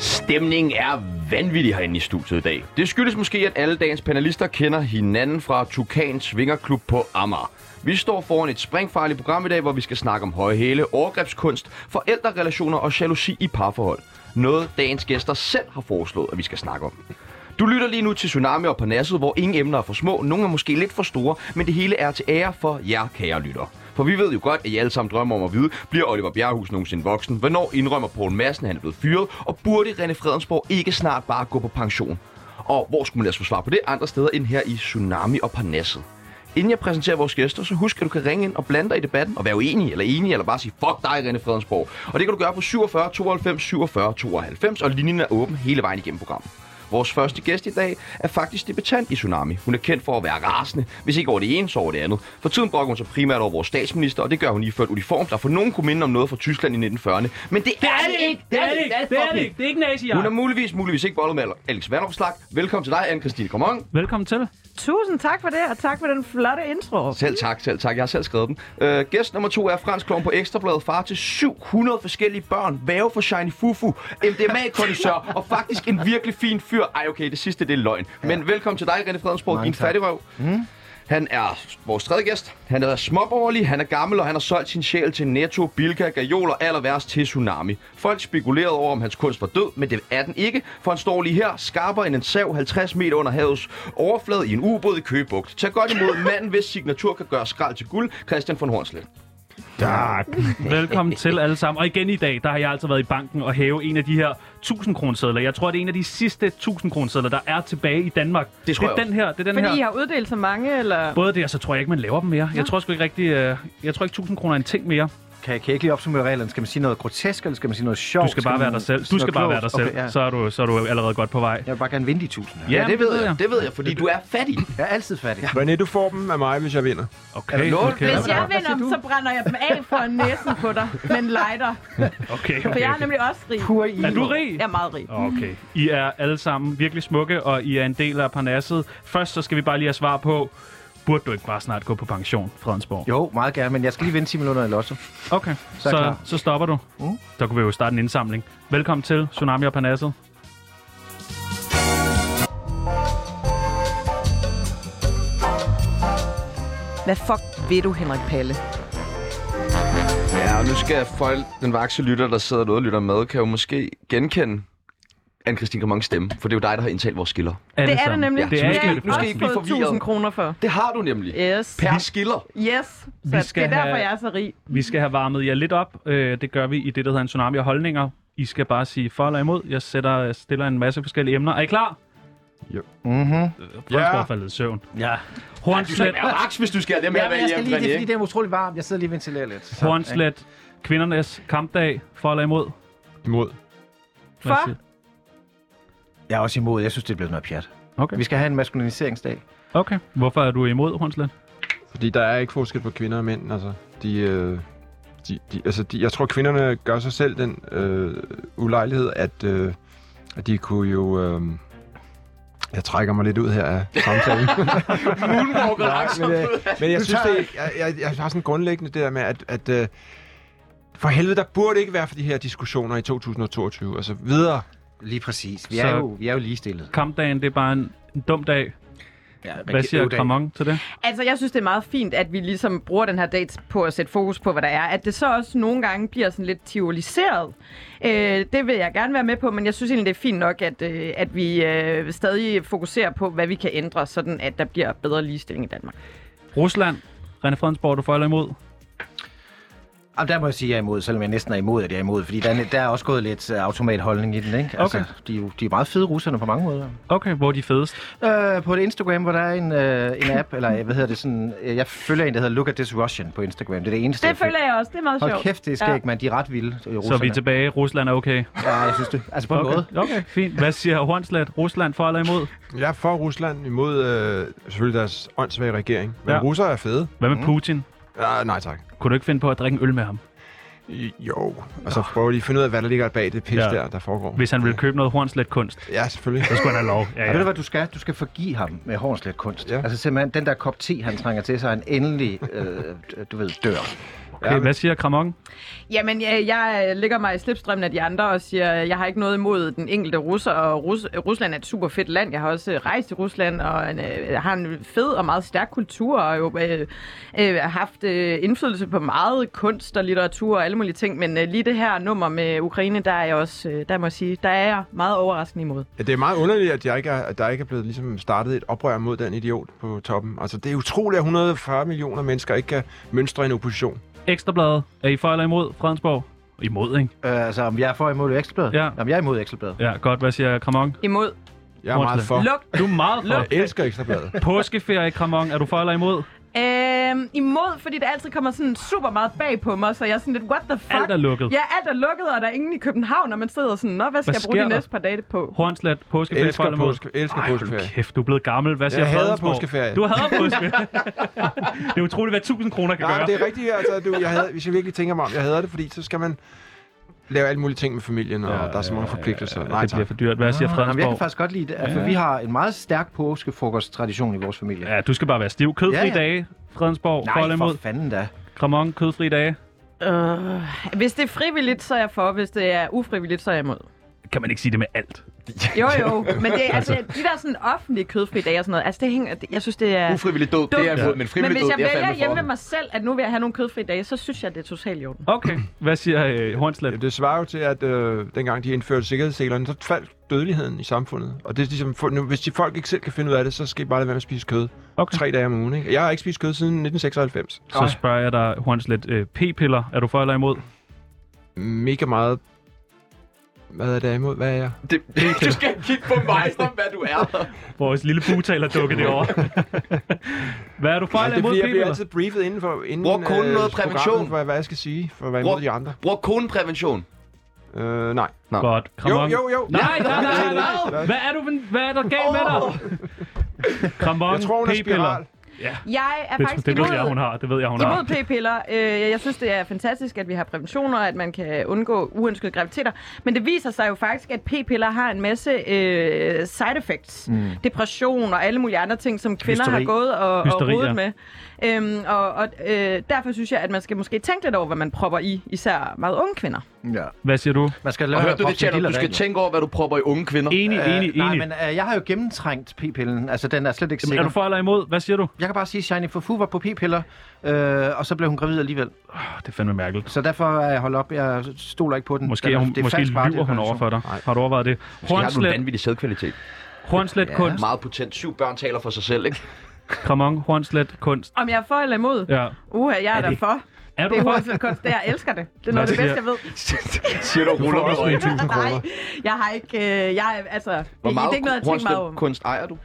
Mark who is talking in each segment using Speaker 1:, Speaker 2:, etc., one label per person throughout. Speaker 1: Stemningen er vanvittig herinde i studiet i dag. Det skyldes måske, at alle dagens panelister kender hinanden fra Tukans Svingerklub på Amager. Vi står foran et springfarligt program i dag, hvor vi skal snakke om høje hæle, overgrebskunst, forældrerelationer og jalousi i parforhold. Noget dagens gæster selv har foreslået, at vi skal snakke om. Du lytter lige nu til Tsunami og Parnasset, hvor ingen emner er for små, nogle er måske lidt for store, men det hele er til ære for jer, kære lytter. For vi ved jo godt, at I alle sammen drømmer om at vide, bliver Oliver Bjerghus nogensinde voksen? Hvornår indrømmer Poul Madsen, at han er blevet fyret? Og burde René Fredensborg ikke snart bare gå på pension? Og hvor skulle man ellers få svar på det andre steder end her i Tsunami og Parnasset? Inden jeg præsenterer vores gæster, så husk, at du kan ringe ind og blande dig i debatten og være uenig eller enig, eller bare sige, fuck dig, René Fredensborg. Og det kan du gøre på 47 92 47 92, og linjen er åben hele vejen igennem programmet. Vores første gæst i dag er faktisk debutant i Tsunami. Hun er kendt for at være rasende, hvis ikke over det ene, så over det andet. For tiden brokker hun sig primært over vores statsminister, og det gør hun i ført uniform, der for nogen kunne minde om noget fra Tyskland i 1940'erne. Men det,
Speaker 2: Det er det ikke! Det er det ikke! Det er det ikke! Det er ikke nazi, jeg
Speaker 1: Hun er
Speaker 2: har.
Speaker 1: muligvis, muligvis ikke bollet med Alex Vandopslag. Velkommen til dig, Anne-Christine Komong.
Speaker 2: Velkommen til.
Speaker 3: Tusind tak for det, og tak for den flotte intro.
Speaker 1: Selv tak, selv tak. Jeg har selv skrevet den. Øh, gæst nummer to er fransk klovn på Ekstrabladet, far til 700 forskellige børn, væve for Shiny Fufu, MDMA-kondisør og faktisk en virkelig fin fyr. Ej, okay, det sidste, det er løgn. Men velkommen til dig, René Fredensborg, din fattigrøv. Mm. Han er vores tredje gæst. Han er småborgerlig, han er gammel, og han har solgt sin sjæl til Netto, Bilka, Gajol og aller værst til Tsunami. Folk spekulerede over, om hans kunst var død, men det er den ikke, for han står lige her, skarpere end en sav 50 meter under havets overflade i en ubåd i Køgebugt. Tag godt imod manden, hvis signatur kan gøre skrald til guld, Christian von Hornslet.
Speaker 2: Tak. Velkommen til alle sammen. Og igen i dag, der har jeg altså været i banken og hæve en af de her 1000 kronesedler. Jeg tror, det er en af de sidste 1000 kronesedler, der er tilbage i Danmark.
Speaker 1: Det tror
Speaker 2: det er
Speaker 1: jeg
Speaker 2: den her, det er den
Speaker 3: Fordi I
Speaker 2: her.
Speaker 3: har uddelt så mange, eller?
Speaker 2: Både det, og så tror jeg ikke, man laver dem mere. Jeg tror sgu ikke rigtig, øh, jeg tror ikke 1000 kroner er en ting mere.
Speaker 4: Kan jeg, kan jeg ikke lige opsummere reglerne? Skal man sige noget grotesk, eller skal man sige noget sjovt?
Speaker 2: Du skal bare
Speaker 4: man
Speaker 2: være dig selv.
Speaker 4: sige
Speaker 2: Du
Speaker 4: noget
Speaker 2: skal bare være
Speaker 4: klogt?
Speaker 2: dig selv.
Speaker 4: Okay, ja.
Speaker 2: Så er du, så er du allerede godt på vej.
Speaker 4: Jeg vil bare gerne vinde de tusind her.
Speaker 2: Ja,
Speaker 4: Ja.
Speaker 1: Ja, det ved jeg.
Speaker 2: jeg.
Speaker 1: Det ved jeg, fordi du er fattig.
Speaker 4: Jeg er altid fattig. Ja.
Speaker 5: René, du får dem af mig, hvis jeg vinder.
Speaker 2: Okay,
Speaker 1: lovet
Speaker 2: okay,
Speaker 3: Hvis jeg
Speaker 2: okay,
Speaker 3: vinder dem, så brænder jeg dem af for næsen på dig, men lighter.
Speaker 2: okay,
Speaker 3: For
Speaker 2: okay.
Speaker 3: jeg er nemlig også rig.
Speaker 4: Pur i.
Speaker 2: Er du rig?
Speaker 3: Jeg er meget rig.
Speaker 2: Okay. I er alle sammen virkelig smukke, og I er en del af Parnasset. Først så skal vi bare lige have svar på, burde du ikke bare snart gå på pension, Fredensborg?
Speaker 4: Jo, meget gerne, men jeg skal lige vinde 10 minutter i lotto.
Speaker 2: Okay,
Speaker 4: er jeg
Speaker 2: så,
Speaker 4: klar.
Speaker 2: så stopper du.
Speaker 4: Mm.
Speaker 2: Så kunne vi jo starte en indsamling. Velkommen til Tsunami og Parnasset.
Speaker 3: Hvad fuck ved du, Henrik Palle?
Speaker 1: Ja, og nu skal folk, den vakse lytter, der sidder derude og lytter med, kan jo måske genkende Anne-Christine Kommangs stemme, for det er jo dig, der har indtalt vores skiller.
Speaker 2: Alle
Speaker 3: Det er det
Speaker 2: sammen.
Speaker 3: nemlig.
Speaker 1: Ja,
Speaker 2: Det er
Speaker 1: nu
Speaker 2: ikke
Speaker 1: skal-
Speaker 2: det
Speaker 1: nu skal I
Speaker 2: første.
Speaker 1: blive
Speaker 3: Fået
Speaker 1: forvirret.
Speaker 3: 1000 kroner for.
Speaker 1: Det har du nemlig.
Speaker 3: Yes.
Speaker 1: Per skiller.
Speaker 3: Yes.
Speaker 2: Vi
Speaker 3: Så
Speaker 2: skal
Speaker 3: det er derfor,
Speaker 2: have-
Speaker 3: jeg er så rig.
Speaker 2: Vi skal have varmet jer lidt op. Øh, Det gør vi i det, der hedder en Tsunami og Holdninger. I skal bare sige for eller imod. Jeg sætter, stiller en masse forskellige emner. Er I klar?
Speaker 4: Mm-hmm.
Speaker 2: Fredensborg er faldet i søvn.
Speaker 4: Ja.
Speaker 2: Hornslet,
Speaker 1: Raks, hvis du skal have dem
Speaker 4: Ja, men jeg skal lige, det er, fordi det er utrolig varmt. Jeg sidder lige og ventilerer lidt. Så,
Speaker 2: Hornslet, kvindernes kampdag, for eller imod?
Speaker 5: Imod.
Speaker 2: Hvad
Speaker 3: For?
Speaker 2: siger-
Speaker 4: ikke? Jeg er også imod. Jeg synes, det er blevet noget pjat.
Speaker 2: Okay.
Speaker 4: Vi skal have en maskuliniseringsdag.
Speaker 2: Okay. Hvorfor er du imod Hornslet?
Speaker 5: Fordi der er ikke forskel på kvinder og mænd, altså. De, øh, de, de, altså de, jeg tror, kvinderne gør sig selv den øh, ulejlighed, at, øh, at de kunne jo... Øh, jeg trækker mig lidt ud her af samtalen. men, øh, men jeg synes, det, jeg, jeg, jeg har sådan grundlæggende det der med, at, at øh, for helvede, der burde ikke være for de her diskussioner i 2022. Altså videre.
Speaker 4: Lige præcis.
Speaker 2: Vi
Speaker 4: Vi
Speaker 2: er
Speaker 4: er,
Speaker 2: Så-
Speaker 4: så...
Speaker 2: jo-
Speaker 4: jo, vi er jo ligestillet.
Speaker 2: Kampdagen, det er bare en, en dum dag. Hvad siger Kramon til det?
Speaker 3: Altså, jeg synes, det er meget fint, at vi ligesom bruger den her date på at sætte fokus på, hvad der er. At det så også nogle gange bliver sådan lidt teoriseret. Øh, det vil jeg gerne være med på, men jeg synes egentlig, det er fint nok, at, øh, at vi øh, stadig fokuserer på, hvad vi kan ændre, sådan at der bliver bedre ligestilling i Danmark.
Speaker 2: Rusland. René Fredensborg, er du for eller imod?
Speaker 4: Jamen, der må jeg sige, at jeg er imod, selvom jeg næsten er imod, at jeg er imod. Fordi der, er- der er også gået lidt øh, automatholdning i den, ikke? Altså,
Speaker 2: Okay.
Speaker 4: de, er jo- de er meget fede russerne på mange måder.
Speaker 2: Okay, hvor er de fedest?
Speaker 4: Øh, på et Instagram, hvor der er en, øh, en app, eller hvad hedder det sådan, øh, jeg følger en, der hedder Look at this Russian på Instagram. Det er det eneste,
Speaker 3: Det føler jeg også. Det er meget
Speaker 4: Hold
Speaker 3: sjovt.
Speaker 4: kæft, det er skægt, ja. mand. De er ret vilde, øh, russerne.
Speaker 2: Så er vi tilbage. Rusland er okay.
Speaker 4: Ja, jeg synes det. Altså på en måde.
Speaker 2: Okay, okay fint. Hvad siger Hornslet? Rusland for eller imod?
Speaker 5: Jeg er for Rusland imod øh, selvfølgelig deres åndssvage regering. Men
Speaker 2: Ja.
Speaker 5: ja. russere er fede.
Speaker 2: Hvad med Putin?
Speaker 5: Ja, nej tak.
Speaker 2: Kunne du ikke finde på at drikke en øl med ham?
Speaker 5: I- Jo, og så prøver de at finde ud af, hvad der ligger bag det pis
Speaker 2: Ja.
Speaker 5: ja. der, der foregår.
Speaker 2: Hvis han ville købe noget Hornslet-kunst,
Speaker 5: Ja, selvfølgelig.
Speaker 2: så skulle han have lov. Ja,
Speaker 4: Ja. Ved du,
Speaker 2: ja.
Speaker 4: hvad du skal? Du skal forgive ham med hårdslet kunst.
Speaker 5: Ja.
Speaker 4: Ja. Altså simpelthen, den der kop te, han trænger til, så han endelig, øh, du ved, dør.
Speaker 2: Okay, ja, hvad siger Kramon?
Speaker 3: Jamen, jeg, jeg ligger mig i slipstrømmen af de andre og siger, øh, jeg har ikke noget imod den enkelte russer, og Rus- øh, Rusland er et super fedt land. Jeg har også øh, rejst til Rusland, og en, øh, har en fed og meget stærk kultur, og jo øh, øh, har haft øh, indflydelse på meget kunst og litteratur og alle mulige ting, men øh, lige det her nummer med Ukraine, der er jeg også, øh, der må jeg sige, der er jeg meget overraskende imod.
Speaker 5: Ja, det er meget underligt, at, jeg ikke er, at der ikke er blevet ligesom startet et oprør mod den idiot på toppen. Altså, det er utroligt, at 140 millioner mennesker ikke kan mønstre en opposition.
Speaker 2: Ekstrabladet, er I for eller imod Fredensborg? Imod, ikke?
Speaker 4: Øh, altså, om jeg er for imod Ekstrabladet?
Speaker 2: Ja.
Speaker 4: Om jeg er imod Ekstrabladet?
Speaker 2: Ja, godt. Hvad siger Kramon?
Speaker 3: Imod.
Speaker 5: Jeg er meget for.
Speaker 3: Luk.
Speaker 2: Du er meget for.
Speaker 5: Jeg elsker Ekstrabladet.
Speaker 2: Påskeferie, Kramon. Er du for eller imod?
Speaker 3: Øhm, imod, fordi det altid kommer sådan super meget bag på mig, så jeg er sådan lidt, what the fuck?
Speaker 2: Alt er lukket.
Speaker 3: Ja, alt er lukket, og der er ingen i København, og man sidder sådan, nå, hvad skal hvad
Speaker 2: Hvad
Speaker 3: jeg bruge
Speaker 2: sker
Speaker 3: de
Speaker 2: der?
Speaker 3: næste par dage på?
Speaker 2: Hornslet, påskeferie, for
Speaker 5: elsker
Speaker 2: eller imod?
Speaker 5: påske, elsker
Speaker 2: Ej, hold
Speaker 5: påskeferie.
Speaker 2: kæft, du er blevet gammel. Hvad siger
Speaker 5: hader
Speaker 2: Fredensborg?
Speaker 5: påskeferie.
Speaker 2: Du hader påske. det er utroligt, hvad 1000 kroner kan
Speaker 5: Ja,
Speaker 2: gøre.
Speaker 5: det er rigtigt. Altså, du, jeg havde, hvis jeg virkelig tænker mig om, jeg hader det, fordi så skal man lave alle mulige ting med familien, og der er så mange forpligtelser.
Speaker 2: Ja,
Speaker 5: Nej,
Speaker 2: det bliver
Speaker 5: tak.
Speaker 2: for dyrt. Hvad siger
Speaker 4: Jamen, jeg kan
Speaker 2: Fredensborg?
Speaker 4: faktisk godt lide det, for vi har en meget stærk påskefrokosttradition i vores familie.
Speaker 2: Ja, du skal bare være stiv. Kødfri
Speaker 4: Ja, ja.
Speaker 2: dage, Fredensborg. for eller
Speaker 4: Nej,
Speaker 2: imod?
Speaker 4: for fanden da.
Speaker 2: Kramon, kødfri dage.
Speaker 3: Øh, hvis det er frivilligt, så er jeg for. Hvis det er ufrivilligt, så er jeg imod.
Speaker 2: Kan man ikke sige det med alt?
Speaker 3: Jo, jo. Men det, er- altså, de der sådan offentlige kødfri dage og sådan noget, altså det hænger, det- jeg synes, det er...
Speaker 1: Ufrivillig død, det er jeg imod, men
Speaker 3: men
Speaker 1: frivillig
Speaker 3: hvis
Speaker 1: død,
Speaker 3: jeg
Speaker 1: det er
Speaker 3: vælger
Speaker 1: fandme for.
Speaker 3: hjemme ved mig selv, at nu vil jeg have nogle kødfri dage, så synes jeg, det er totalt i orden.
Speaker 2: Okay. Hvad siger øh, Hornslet?
Speaker 5: Det svarer jo til, at øh, dengang de indførte sikkerhedsselerne, så faldt dødeligheden i samfundet. Og det er ligesom, for, nu, hvis de folk ikke selv kan finde ud af det, så skal I bare lade være med at spise kød.
Speaker 2: Okay.
Speaker 5: Tre dage om ugen, ikke? Jeg har ikke spist kød siden 1996.
Speaker 2: Så spørger jeg dig, Hornslet, øh, p-piller. Er du for eller imod?
Speaker 5: Mega meget... Hvad er det jeg er imod? Hvad er jeg?
Speaker 1: Det, du skal kigge på mig, som hvad du er.
Speaker 2: Vores lille butaler dukker det over. Hvad er du for
Speaker 5: Ja,
Speaker 2: eller
Speaker 5: det er
Speaker 2: imod
Speaker 5: fordi, jeg bliver
Speaker 2: p-piller?
Speaker 5: altid briefet inden for inden,
Speaker 1: Brug kun
Speaker 5: øh,
Speaker 1: noget
Speaker 5: programmet,
Speaker 1: prævention.
Speaker 5: For, hvad jeg skal sige, for at være
Speaker 1: Brug-
Speaker 5: imod de andre.
Speaker 1: Brug koneprævention.
Speaker 5: Øh, nej.
Speaker 2: Godt,
Speaker 5: Jo,
Speaker 2: Kramon.
Speaker 5: jo, jo.
Speaker 2: Nej, nej, nej, nej. Hvad er, du, hvad er der galt med dig? Kramon,
Speaker 5: Jeg tror, hun er
Speaker 2: p-piller.
Speaker 5: spiral.
Speaker 3: Jeg er
Speaker 2: Det,
Speaker 3: faktisk
Speaker 2: det ved
Speaker 3: imod...
Speaker 2: jeg, hun har. Det ved jeg, hun
Speaker 3: Imod
Speaker 2: har.
Speaker 3: p-piller. Øh, jeg synes, det er fantastisk, at vi har præventioner, at man kan undgå uønskede graviditeter. Men det viser sig jo faktisk, at p-piller har en masse øh, side effects. Mm. Depression og alle mulige andre ting, som kvinder
Speaker 4: Hysteri.
Speaker 3: har gået og, og
Speaker 2: Hysteri,
Speaker 3: rodet med. Øhm, og og øh, derfor synes jeg, at man skal måske tænke lidt over, hvad man propper i, især meget unge kvinder.
Speaker 4: Ja.
Speaker 2: Hvad siger du?
Speaker 4: Man skal lade
Speaker 1: Og
Speaker 4: være
Speaker 1: hørte du
Speaker 4: med
Speaker 1: det,
Speaker 4: at proppe
Speaker 1: Tjerno?
Speaker 4: sin
Speaker 1: Du skal
Speaker 4: diller
Speaker 1: tænke over, hvad du propper i unge kvinder.
Speaker 2: Enig,
Speaker 4: derinde.
Speaker 2: enig,
Speaker 4: Øh, Nej,
Speaker 2: enig.
Speaker 4: men øh, jeg har jo gennemtrængt p-pillen. Altså, den er slet ikke
Speaker 2: Jamen, er
Speaker 4: sikker.
Speaker 2: du for eller imod? Hvad siger du?
Speaker 4: Jeg kan bare sige, at Shiny Fufu var på p-piller, øh, og så blev hun gravid alligevel.
Speaker 2: Oh, det er fandme mærkeligt.
Speaker 4: Så derfor er jeg holdt op. Jeg stoler ikke på den.
Speaker 2: Måske,
Speaker 4: den
Speaker 2: er
Speaker 4: er,
Speaker 2: hun,
Speaker 4: det er
Speaker 2: måske
Speaker 4: falsk varer,
Speaker 2: lyver
Speaker 4: det er
Speaker 2: hun over for dig.
Speaker 5: Nej.
Speaker 2: Har du overvejet
Speaker 1: Jeg
Speaker 2: det?
Speaker 1: har du en
Speaker 2: Hornslet,
Speaker 1: vanvittig sædkvalitet.
Speaker 2: Hornslet
Speaker 4: Ja.
Speaker 2: kunst.
Speaker 1: Meget potent. Syv børn taler for sig selv, ikke?
Speaker 2: Kramon, Hornslet kunst.
Speaker 3: Om jeg er for eller imod?
Speaker 2: Ja.
Speaker 3: Uha, jeg er,
Speaker 2: Er
Speaker 3: er der
Speaker 2: det-
Speaker 3: for.
Speaker 2: Er du
Speaker 3: Det er
Speaker 2: for?
Speaker 3: hurtigt kunst. Det, jeg elsker det. Det er noget af det
Speaker 2: siger-
Speaker 3: bedste, jeg ved.
Speaker 1: Siger du,
Speaker 5: Du får
Speaker 1: ruller med
Speaker 5: også
Speaker 1: øjnene.
Speaker 5: 1000 kroner.
Speaker 3: Nej, jeg har ikke... Øh, jeg, er- altså, det,
Speaker 1: Hvor
Speaker 3: det er
Speaker 1: meget
Speaker 3: ikke noget, jeg tænker meget over.
Speaker 1: kunst, kunst ejer du?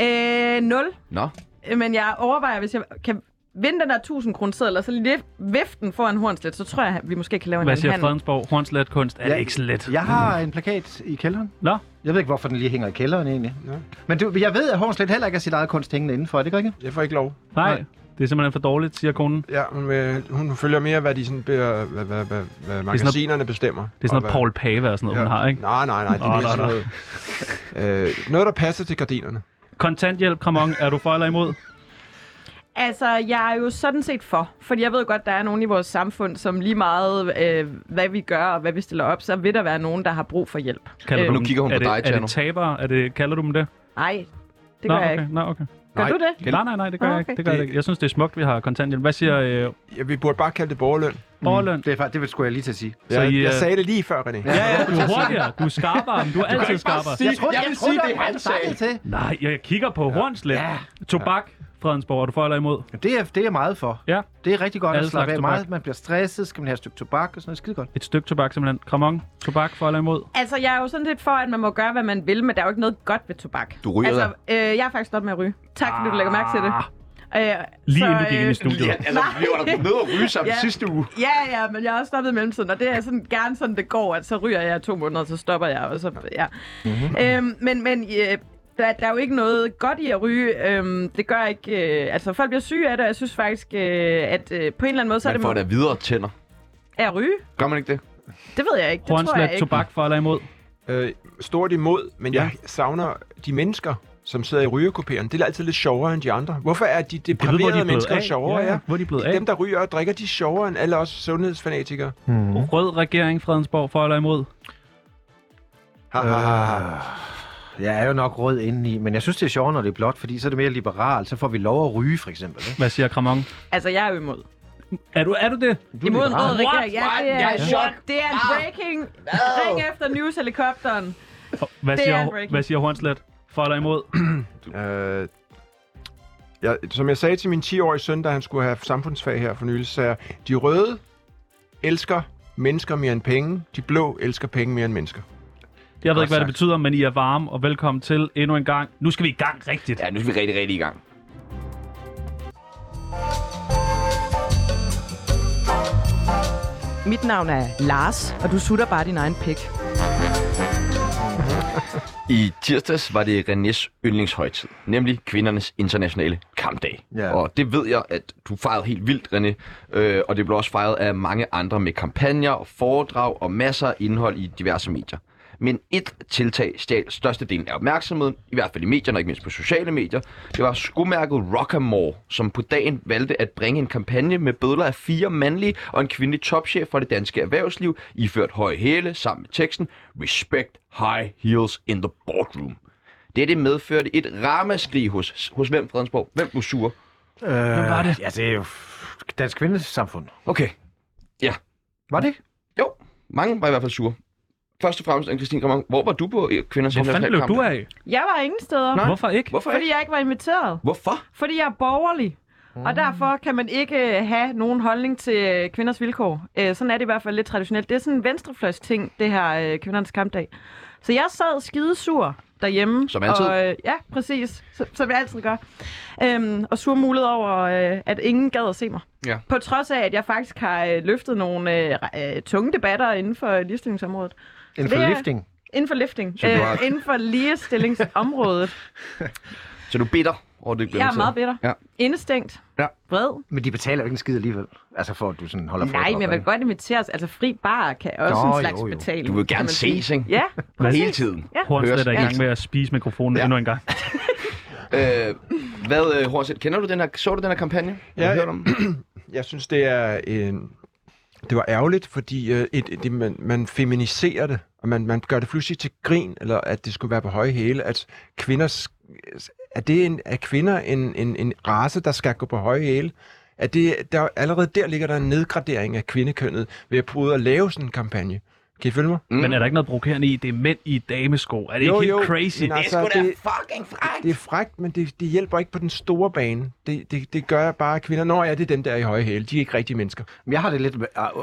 Speaker 3: Øh, 0.
Speaker 1: Nå.
Speaker 3: Øh, Men jeg overvejer, hvis jeg kan vinde den der 1000 kroner seddel, og så lige viften foran Hornslet, så tror jeg, at vi måske kan lave en
Speaker 2: Hvad
Speaker 3: anden
Speaker 2: siger
Speaker 3: handel.
Speaker 2: Fredensborg? Hornslet kunst. Er det
Speaker 4: Ja.
Speaker 2: ikke slet?
Speaker 4: Jeg har en plakat i kælderen.
Speaker 2: Nå.
Speaker 4: Jeg ved ikke, hvorfor den lige hænger i kælderen egentlig.
Speaker 5: Ja.
Speaker 4: Ja. Men du, jeg ved, at Hornslet heller ikke er sit eget kunst hængende indenfor, er det ikke rigtigt?
Speaker 5: Jeg får ikke lov.
Speaker 2: Nej. Det er simpelthen for dårligt, siger konen.
Speaker 5: Ja, hun, øh, hun følger mere, hvad, de sådan, bliver, hvad, hvad, hvad, hvad magasinerne bestemmer.
Speaker 2: Det er sådan noget
Speaker 5: Og hvad-
Speaker 2: Paul Pave og sådan noget, hun har, ikke?
Speaker 5: Nej, nej, nej. Det
Speaker 2: Nå,
Speaker 5: er mere
Speaker 2: nå,
Speaker 5: sådan noget, øh, noget, der passer til gardinerne.
Speaker 2: Kontanthjælp, Kramon. Er du for eller imod?
Speaker 3: Altså, jeg er jo sådan set for, fordi jeg ved godt, der er nogen i vores samfund, som lige meget, øh, hvad vi gør og hvad vi stiller op, så vil der være nogen, der har brug for hjælp.
Speaker 2: Kalder
Speaker 3: Øh,
Speaker 2: du
Speaker 1: nu
Speaker 2: dem-
Speaker 1: kigger hun
Speaker 2: er
Speaker 1: på
Speaker 2: det,
Speaker 1: dig,
Speaker 2: Er
Speaker 1: Tjerno.
Speaker 2: det tabere? Er det, kalder du dem det?
Speaker 3: Nej, det
Speaker 2: Nå,
Speaker 3: gør
Speaker 2: okay.
Speaker 3: jeg ikke.
Speaker 2: Nå, okay.
Speaker 3: Gør
Speaker 5: Nej.
Speaker 3: du det?
Speaker 2: Nej, nej, nej, det gør
Speaker 3: Ah,
Speaker 2: jeg ikke.
Speaker 3: okay.
Speaker 2: Det gør jeg ikke. Jeg synes, det er smukt, vi har kontanthjælp. Hvad siger øh,
Speaker 5: Ja, vi burde bare kalde det borgerløn.
Speaker 2: Borgerløn?
Speaker 4: Det, er, fa- det skulle jeg lige til at sige.
Speaker 2: Så
Speaker 5: Jeg,
Speaker 2: I,
Speaker 5: jeg
Speaker 2: øh,
Speaker 5: sagde det lige før, René.
Speaker 2: Ja, ja, du er hurtigere. Du er skarpere, men du er altid skarpere.
Speaker 1: sige,
Speaker 4: troede-
Speaker 1: jeg vil
Speaker 4: troede,
Speaker 1: sige,
Speaker 4: der
Speaker 1: det
Speaker 4: var
Speaker 1: han
Speaker 4: en fejl til.
Speaker 2: Nej, jeg kigger på Hornslet.
Speaker 4: Ja.
Speaker 2: Tobak, Fredensborg, er du for eller imod?
Speaker 4: Det er, det er jeg meget for.
Speaker 2: Ja.
Speaker 4: Det er rigtig godt
Speaker 2: Alle
Speaker 4: at slappe
Speaker 2: slags
Speaker 4: af
Speaker 2: tobak.
Speaker 4: meget. Man bliver stresset, skal man have et stykke tobak og sådan noget. Skide godt.
Speaker 2: Et stykke tobak simpelthen. Kramon, tobak, for eller imod?
Speaker 3: Altså, jeg er jo sådan lidt for, at man må gøre, hvad man vil, men der er jo ikke noget godt ved tobak.
Speaker 1: Du ryger
Speaker 3: altså, øh, jeg er faktisk stoppet med at ryge. Tak, fordi du lægger mærke til det. Øh,
Speaker 2: Ah. Lige
Speaker 3: så,
Speaker 2: inden du gik ind i
Speaker 3: øh,
Speaker 2: studiet.
Speaker 1: Ja, altså, vi var da nede og ryge sammen
Speaker 3: Ja.
Speaker 1: sidste uge.
Speaker 3: Ja, ja, men jeg har også stoppet i mellemtiden, og det er sådan, gerne sådan, det går, at så ryger jeg to måneder, så stopper jeg, og så, ja. Mm-hmm. Øhm, men men øh, der, der er jo ikke noget godt i at ryge. Øhm, det gør ikke... Øh, altså, folk bliver syge af det, og jeg synes faktisk, øh, at øh, på en eller anden måde, så er
Speaker 1: Man
Speaker 3: det...
Speaker 1: får da videre tænder.
Speaker 3: Er at ryge?
Speaker 1: Gør man ikke det?
Speaker 3: Det ved jeg ikke. Det tror jeg
Speaker 2: Hornslet,
Speaker 3: ikke.
Speaker 2: tobak, for eller imod?
Speaker 5: Øh, stort imod, men jeg savner de mennesker, som sidder i rygerkoperen, det er altid lidt sjovere end de andre. Hvorfor er de
Speaker 2: Jeg ved, hvor de
Speaker 5: deprimerede
Speaker 2: er blevet
Speaker 5: mennesker
Speaker 2: af.
Speaker 5: sjovere?
Speaker 2: ja. Hvor er de blevet af.
Speaker 5: Dem, der ryger og drikker, de er sjovere end alle os sundhedsfanatikere.
Speaker 4: Hmm.
Speaker 2: Rød regering, Fredensborg, for eller imod?
Speaker 5: Ha, ha, ha, ha.
Speaker 4: Øh, Jeg er jo nok rød indeni, men jeg synes, det er sjovt, når det er blåt, fordi så er det mere liberalt. Så får vi lov at ryge, for eksempel. Ikke?
Speaker 2: Hvad siger Kramon?
Speaker 3: Altså, jeg er jo imod.
Speaker 2: Er du, er du det?
Speaker 4: Du er
Speaker 3: Imod en
Speaker 4: liberal.
Speaker 3: rød regering. Ja,
Speaker 1: What?
Speaker 3: det er, Ah.
Speaker 1: Jeg er i chok.
Speaker 3: det er en breaking. Ring efter newshelikopteren.
Speaker 2: Hvad
Speaker 3: Det er
Speaker 2: siger,
Speaker 3: en breaking.
Speaker 2: hvad siger Hornslet? For eller imod?
Speaker 5: Øh, jeg, som jeg sagde til min 10-årige søn, da han skulle have samfundsfag her for nylig, så sagde jeg, de røde elsker mennesker mere end penge, de blå elsker penge mere end mennesker.
Speaker 2: Jeg ved
Speaker 5: Godt
Speaker 2: ikke, hvad det
Speaker 5: sagt.
Speaker 2: betyder, men I er varme, og velkommen til endnu en gang. Nu skal vi i gang rigtigt.
Speaker 1: Ja, nu skal vi rigtig, rigtig i gang.
Speaker 3: Mit navn er Lars, og du sutter bare din egen pik.
Speaker 1: I tirsdags var det Renés yndlingshøjtid, nemlig kvindernes internationale kampdag.
Speaker 4: Ja.
Speaker 1: Og det ved jeg, at du fejrede helt vildt, René. Øh, og det blev også fejret af mange andre med kampagner og foredrag og masser af indhold i diverse medier. Men et tiltag stjal størstedelen af opmærksomheden, i hvert fald i medierne og ikke mindst på sociale medier, det var skomærket Rockamore, som på dagen valgte at bringe en kampagne med billeder af fire mandlige og en kvindelig topchef fra det danske erhvervsliv, iført høje hæle sammen med teksten Respect High Heels in the Boardroom. Dette medførte et ramaskrig hos, hos hvem, Fredensborg? Hvem blev sur?
Speaker 4: Øh,
Speaker 2: Hvem var det?
Speaker 4: Ja, det er jo f- Dansk Kvindesamfund.
Speaker 1: Okay.
Speaker 4: Var det? ikke?
Speaker 1: Jo, mange var i hvert fald sure. Først og fremmest, Christine Grammer, hvor var du på øh, kvinders
Speaker 2: Hvor fanden blev
Speaker 1: internationale
Speaker 2: du
Speaker 1: kamp?
Speaker 2: af?
Speaker 3: Jeg var ingen steder.
Speaker 1: Nej.
Speaker 2: Hvorfor ikke?
Speaker 1: Hvorfor
Speaker 3: Fordi
Speaker 1: ikke?
Speaker 3: jeg ikke var inviteret.
Speaker 1: Hvorfor?
Speaker 3: Fordi jeg er borgerlig.
Speaker 1: Mm.
Speaker 3: Og derfor kan man ikke øh, have nogen holdning til øh, kvinders vilkår. Øh, sådan er det i hvert fald lidt traditionelt. Det er sådan en venstrefløjs ting, det her øh, kvindernes kampdag. Så jeg sad skidesur derhjemme.
Speaker 1: Som altid.
Speaker 3: Og, øh, ja, præcis. Som, som jeg altid gør. Øhm, og surmulet over, øh, at ingen gad at se mig.
Speaker 1: Ja.
Speaker 3: På trods af, at jeg faktisk har øh, løftet nogle øh, re- øh, tunge debatter inden for ligestillingsområdet.
Speaker 4: En for
Speaker 3: Det er-
Speaker 4: lifting.
Speaker 3: Inden for lifting.
Speaker 1: Så du har-
Speaker 3: Øh, inden for ligestillingsområdet.
Speaker 1: Så du er bitter over det blev
Speaker 3: jeg er
Speaker 1: inviteret.
Speaker 3: meget bitter.
Speaker 1: Ja.
Speaker 3: Indestængt.
Speaker 1: Ja.
Speaker 3: Vred.
Speaker 4: Men de betaler jo ikke en skid alligevel. Altså for at du sådan holder
Speaker 3: Nej, men jeg vil godt invitere os. Altså, fri bar kan også
Speaker 4: Nå,
Speaker 3: Nå, en
Speaker 4: jo,
Speaker 3: slags
Speaker 4: jo.
Speaker 3: betaling.
Speaker 1: Du vil
Speaker 3: kan
Speaker 1: gerne
Speaker 3: man sige.
Speaker 1: ses, ikke?
Speaker 3: Ja,
Speaker 1: Hele
Speaker 3: præcis.
Speaker 1: tiden.
Speaker 3: Ja.
Speaker 2: Hornslet
Speaker 1: Høres
Speaker 2: er i gang
Speaker 1: altid.
Speaker 2: med at spise mikrofonen
Speaker 1: Ja.
Speaker 2: endnu en gang.
Speaker 1: Øh, hvad, øh, Horsel, kender du den her, så du den her kampagne? Har du
Speaker 5: Ja,
Speaker 1: hørt om?
Speaker 5: Jeg synes, det er en... Det var ærgerligt, fordi øh, et, et, det- man, man feminiserer det, og man, man gør det pludselig til grin, eller at det skulle være på høje hæle, at kvinder... Er, det en, er kvinder en, en, en race, der skal gå på høje hæle? Er det, der, allerede der ligger der en nedgradering af kvindekønnet ved at prøve at lave sådan en kampagne. Kan I følge mig?
Speaker 2: Men er der ikke noget provokerende i, det er mænd i damesko? Er det
Speaker 5: Mm. Jo,
Speaker 2: ikke helt
Speaker 5: jo,
Speaker 2: crazy?
Speaker 5: men altså,
Speaker 1: sgu da
Speaker 5: det-
Speaker 1: fucking frækt.
Speaker 5: Det er frækt, men det, det hjælper ikke på den store bane. Det, det, det gør bare at kvinder. Nå ja, det er dem der i høje hæle. De er ikke rigtige mennesker.
Speaker 4: Men Jeg har det lidt øh,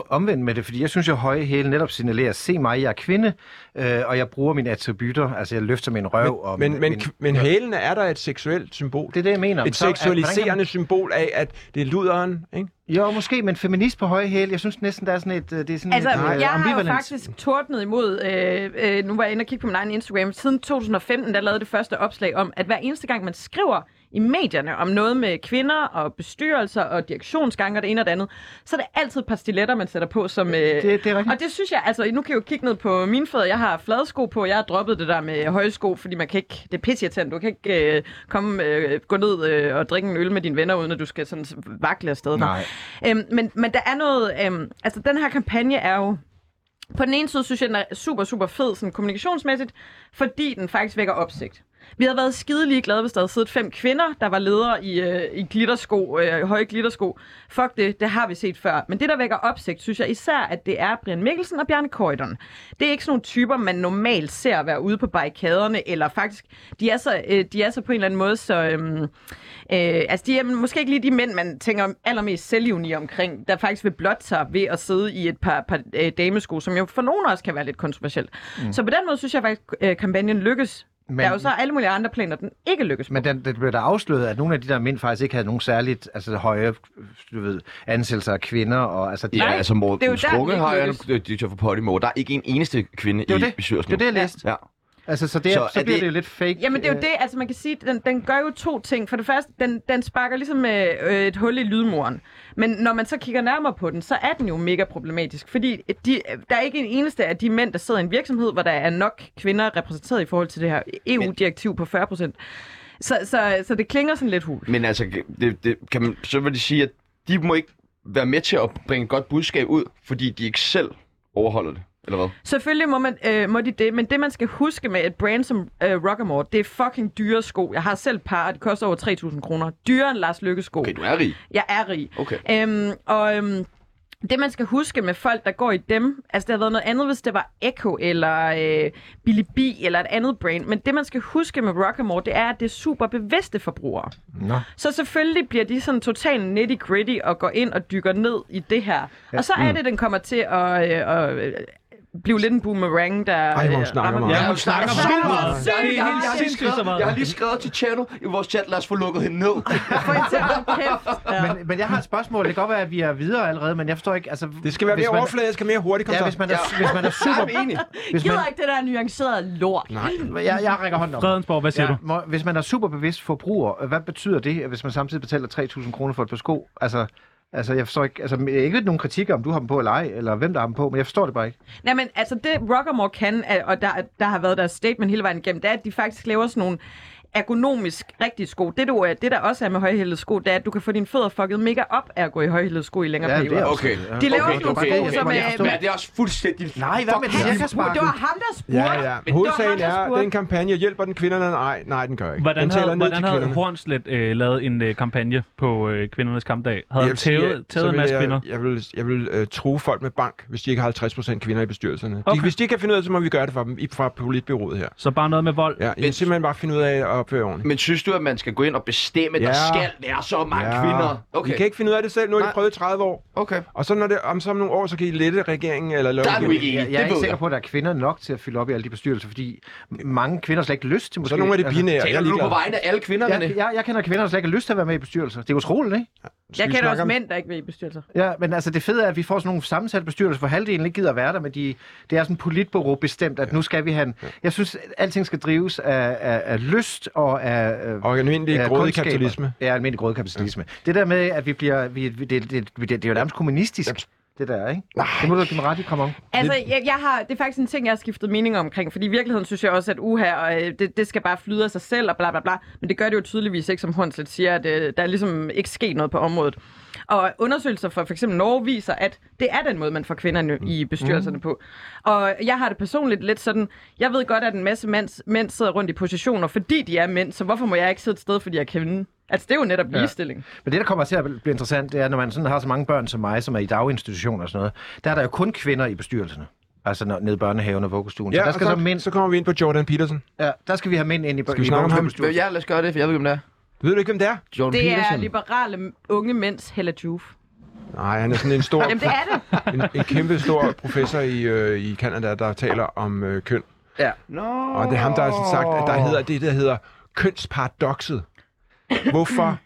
Speaker 4: omvendt med det, fordi jeg synes jo, høje hæle netop signalerer, se mig, jeg er kvinde, øh, og jeg bruger mine attributter, altså jeg løfter min røv. og
Speaker 5: Men,
Speaker 4: min,
Speaker 5: men,
Speaker 4: min,
Speaker 5: men, men hælene er der et seksuelt symbol.
Speaker 4: det er det, jeg mener.
Speaker 5: Et
Speaker 4: Så er- hvordan kan
Speaker 5: seksualiserende symbol af, at det er luderen, ikke?
Speaker 4: man- Jo, måske, men feminist på høje hæle, jeg synes næsten, der er sådan et, øh, det er sådan
Speaker 3: Altså,
Speaker 4: et, øh,
Speaker 3: jeg har jo
Speaker 4: ambivalens.
Speaker 3: faktisk tordnet imod, øh, øh, nu var jeg inde og kigge på min egen Instagram, siden 2015, der lavede det første opslag om, at hver eneste gang, man skriver i medierne om noget med kvinder og bestyrelser og direktionsgange og det ene og det andet, så er det altid et par stiletter, man sætter på som... Øh,
Speaker 4: det er rigtigt.
Speaker 3: Og det synes jeg, altså nu kan jeg jo kigge ned på mine fødder, jeg har fladsko på, jeg har droppet det der med høje sko, fordi man kan ikke, det er pisseirriterende, du kan ikke øh, komme, øh, gå ned øh, og drikke en øl med dine venner, uden at du skal sådan vakle afsted. fra.
Speaker 4: Nej.
Speaker 3: Øhm, men, men der er noget... Øhm, altså, den her kampagne er jo... På den ene side synes jeg, den er super, super fed sådan kommunikationsmæssigt, fordi den faktisk vækker opsigt. Vi havde været skide glade, hvis der havde siddet fem kvinder, der var ledere i, øh, i glittersko, øh, høje glittersko. Fuck det, det har vi set før. Men det, der vækker opsigt, synes jeg især, at det er Brian Mikkelsen og Bjarne Køjderen. Det er ikke sådan nogle typer, man normalt ser være ude på barrikaderne, eller faktisk, de er så, øh, de er så på en eller anden måde så... Øh, Øh, altså, de er måske ikke lige de mænd, man tænker allermest selvivnige omkring, der faktisk vil blotte sig ved at sidde i et par, par øh, damesko, som jo for nogen også kan være lidt kontroversielt. Mm. Så på den måde synes jeg faktisk, øh, kampagnen lykkes. Men,
Speaker 4: Men-
Speaker 3: der er jo så alle mulige andre planer, den ikke lykkes med.
Speaker 4: Men den, det blev da afsløret, at nogle af de der mænd faktisk ikke havde nogen særligt altså, høje du ved, ansættelser af kvinder. Og, altså, de,
Speaker 1: Ja,
Speaker 3: Nej,
Speaker 1: altså
Speaker 3: det er jo
Speaker 1: Morten
Speaker 3: der,
Speaker 1: Strunge
Speaker 3: den ikke
Speaker 1: har jeg
Speaker 3: lykkes.
Speaker 1: direktør for Podimo. Der er ikke en eneste kvinde
Speaker 4: var
Speaker 1: i
Speaker 4: det.
Speaker 1: bestyrelsen.
Speaker 4: Det var det, jeg læste.
Speaker 1: Ja.
Speaker 4: Altså, så, det, så,
Speaker 1: Så
Speaker 4: så
Speaker 1: er
Speaker 4: bliver det...
Speaker 1: det-
Speaker 4: det jo lidt fake.
Speaker 3: Jamen det er jo
Speaker 4: øh,
Speaker 3: det, altså man kan sige, den, den gør jo to ting. For det første, den, den sparker ligesom øh, øh, et hul i lydmuren. Men når man så kigger nærmere på den, så er den jo mega problematisk. Fordi de, der er ikke en eneste af de mænd, der sidder i en virksomhed, hvor der er nok kvinder repræsenteret i forhold til det her EU-direktiv på 40 procent. Så, så, så det klinger sådan lidt hul.
Speaker 1: Men altså, det, det, kan man, så vil de sige, at de må ikke være med til at bringe et godt budskab ud, fordi de ikke selv overholder det, eller hvad?
Speaker 3: Selvfølgelig må, man, øh, må de det, men det man skal huske med et brand som øh, Rockamore, det er fucking dyre sko. Jeg har selv par, og de koster over 3.000 kroner. Dyrere end Lars Lykkes sko.
Speaker 1: Okay, du er rig.
Speaker 3: Jeg er rig.
Speaker 1: Okay.
Speaker 3: Øhm, og øhm, det, man skal huske med folk, der går i dem, altså det har været noget andet, hvis det var Echo eller øh, Billy B eller et andet brand, men det, man skal huske med Rockamore, det er, at det er super bevidste forbrugere.
Speaker 4: Nå.
Speaker 3: Så selvfølgelig bliver de sådan totalt nitty-gritty og går ind og dykker ned i det her. Ja. Og så er det, den kommer til at, øh, øh, blive lidt en boomerang, der
Speaker 5: Ej, hvor hun
Speaker 3: øh,
Speaker 5: snakker
Speaker 3: rammer-
Speaker 5: meget. Ja,
Speaker 1: hun snakker
Speaker 3: så meget.
Speaker 1: Jeg, jeg,
Speaker 3: Det er
Speaker 1: jeg,
Speaker 3: helt
Speaker 1: jeg, har lige
Speaker 2: sindssygt så
Speaker 1: skrevet,
Speaker 2: meget.
Speaker 1: jeg har lige skrevet til Chano i vores chat, lad os få lukket hende ned.
Speaker 3: Få hende til at holde kæft. Ja.
Speaker 4: Men, men jeg har et spørgsmål. Det kan godt være, at vi er videre allerede, men jeg forstår ikke... Altså,
Speaker 5: Det skal være
Speaker 4: hvis
Speaker 5: mere
Speaker 4: man-
Speaker 5: overfladisk og mere hurtigt, kom
Speaker 4: Ja,
Speaker 5: så.
Speaker 4: hvis man er, hvis man er super...
Speaker 1: Jeg er enig.
Speaker 4: Hvis man,
Speaker 3: Gider ikke det der nuancerede lort.
Speaker 5: Nej,
Speaker 4: jeg, jeg rækker hånden op.
Speaker 2: Fredensborg, hvad siger
Speaker 4: Ja,
Speaker 2: du?
Speaker 4: må, hvis man er super bevidst forbruger, øh, hvad betyder det, hvis man samtidig betaler 3.000 kroner for et par sko? Altså, altså jeg forstår ikke, altså, jeg er ikke ved nogen kritik om du har dem på eller ej, eller hvem der har dem på, men jeg forstår det bare ikke.
Speaker 3: Nej, men altså det Rockamore kan, er- og der, der har været deres statement hele vejen igennem, det er, at de faktisk laver sådan nogle ergonomisk rigtige sko. Det, du, øh, det der også er med højhældede sko, det er, at du kan få dine fødder fucket mega op af at gå i højhældede sko i længere
Speaker 4: Ja, det
Speaker 3: perioder.
Speaker 4: er også-
Speaker 1: Okay.
Speaker 3: De laver
Speaker 1: Okay,
Speaker 3: sådan nogle
Speaker 1: okay,
Speaker 3: sko,
Speaker 1: okay.
Speaker 3: som øh,
Speaker 4: Jeg
Speaker 3: er...
Speaker 4: forstår
Speaker 1: Men er det også fuldstændig...
Speaker 4: Nej, hvad med
Speaker 1: fucking-
Speaker 3: Det var ham, der spurgte.
Speaker 5: Ja, ja.
Speaker 1: Men
Speaker 5: Hovedsagen
Speaker 3: det var ham, der
Speaker 5: er,
Speaker 3: spurgte.
Speaker 5: den kampagne hjælper den kvinderne? Nej, nej, den gør ikke.
Speaker 2: Hvordan
Speaker 5: den taler
Speaker 2: havde,
Speaker 5: ned
Speaker 2: hvordan
Speaker 5: til
Speaker 2: havde
Speaker 5: kvinderne.
Speaker 2: Hornslet øh, lavet en øh, kampagne på øh, kvindernes kampdag? Havde han
Speaker 5: vil sige,
Speaker 2: tævet,
Speaker 5: at-
Speaker 2: tævet
Speaker 5: så
Speaker 2: en
Speaker 5: vil
Speaker 2: masse
Speaker 5: jeg,
Speaker 2: kvinder?
Speaker 5: Jeg vil, jeg vil øh, true folk med bank, hvis de ikke har 50% kvinder i bestyrelserne. Okay.
Speaker 2: Okay.
Speaker 5: De, hvis de ikke kan finde ud af det, så må vi gøre det for dem i- fra politbyrået her.
Speaker 2: Så bare noget med vold.
Speaker 5: Ja, jeg vil simpelthen bare finde ud af at opføre ordentligt.
Speaker 1: Men synes du, at man skal gå ind og bestemme, at ja. der
Speaker 5: Ja.
Speaker 1: skal være så mange ja.
Speaker 5: Ja.
Speaker 1: kvinder? Okay.
Speaker 5: I kan ikke finde ud af det selv. Nu har de
Speaker 1: Nej.
Speaker 5: prøvet i 30 år.
Speaker 1: okay.
Speaker 5: Og så når det, om så om nogle år, så kan I lette regeringen eller
Speaker 1: Der er du
Speaker 5: lovgivningen.
Speaker 1: ikke enig.
Speaker 4: Jeg, jeg er
Speaker 1: det
Speaker 4: ikke
Speaker 1: ved
Speaker 4: sikker
Speaker 1: jeg.
Speaker 4: på, at der er kvinder nok til at fylde op i alle de bestyrelser, fordi mange kvinder har slet ikke lyst til måske...
Speaker 5: Så er nogle af de binære. jeg
Speaker 1: Taler
Speaker 5: er
Speaker 1: du nu på
Speaker 5: ligeglad.
Speaker 1: vegne af alle kvinderne?
Speaker 4: Altså, jeg, jeg, jeg kender kvinder, der slet ikke har lyst til at være med i bestyrelser. Det er utroligt, ikke?
Speaker 5: Skal
Speaker 3: Jeg
Speaker 5: vi
Speaker 3: kender
Speaker 5: snakke
Speaker 3: også
Speaker 5: om-
Speaker 3: mænd, der ikke vil i bestyrelser.
Speaker 4: Ja, men altså det fede er, at vi får sådan nogle sammensatte bestyrelser, hvor halvdelen ikke gider at være der, men de, det er sådan politbureau bestemt, at nu skal vi have en... Jeg synes, at alting skal drives af, af, af lyst og af... øh,
Speaker 5: Og almindelig ja, grådig
Speaker 4: kundskaber.
Speaker 5: kapitalisme.
Speaker 4: Ja, almindelig grådkapitalisme. Ja. Det der med, at vi bliver... Vi, vi- det, det, det, det er jo nærmest kommunistisk, det der, ikke? Nej. Det må du give mig ret i, kom om.
Speaker 3: Altså, jeg, jeg har, det er faktisk en ting, jeg har skiftet mening omkring, fordi i virkeligheden synes jeg også, at uha, og, øh, det, det skal bare flyde af sig selv, og bla bla bla, men det gør det jo tydeligvis ikke, som Hornslet siger, at øh, der er ligesom ikke sket noget på området. Og undersøgelser fra f.eks. Norge viser, at det er den måde, man får kvinderne i bestyrelserne på. Og jeg har det personligt lidt sådan, jeg ved godt, at en masse mænd, mænd sidder rundt i positioner, fordi de er mænd, så hvorfor må jeg ikke sidde et sted, fordi jeg er kvinde? Altså, det er jo netop ligestilling.
Speaker 4: Men det, der kommer til at blive interessant, det er, når man sådan har så mange børn som mig, som er i daginstitutioner og sådan noget, der er der jo kun kvinder i bestyrelserne. Altså når, nede i børnehaven og vuggestuen. Ja, så der
Speaker 5: Ja,
Speaker 4: skal,
Speaker 5: og
Speaker 4: så,
Speaker 5: så,
Speaker 4: mænd,
Speaker 5: så kommer vi ind på Jordan Peterson.
Speaker 4: ja, der skal vi have mænd ind i,
Speaker 5: vi
Speaker 4: i
Speaker 5: snakke om ham?
Speaker 1: Hvem-
Speaker 4: børnehaven.
Speaker 1: Ja, lad os gøre det, for jeg ved ikke, hvem det er.
Speaker 5: Ved du ikke, hvem det er?
Speaker 1: Jordan
Speaker 3: Det er
Speaker 1: Peterson.
Speaker 3: liberale unge mænds Hella Juve.
Speaker 5: Nej, han er sådan en stor,
Speaker 3: Jamen, det er det.
Speaker 5: en, en kæmpe stor professor i, øh, i Canada, der taler om øh, køn.
Speaker 4: Ja.
Speaker 1: Nå.
Speaker 5: Og det er ham, der har sådan sagt, at der hedder det, der hedder kønsparadoxet. Hvorfor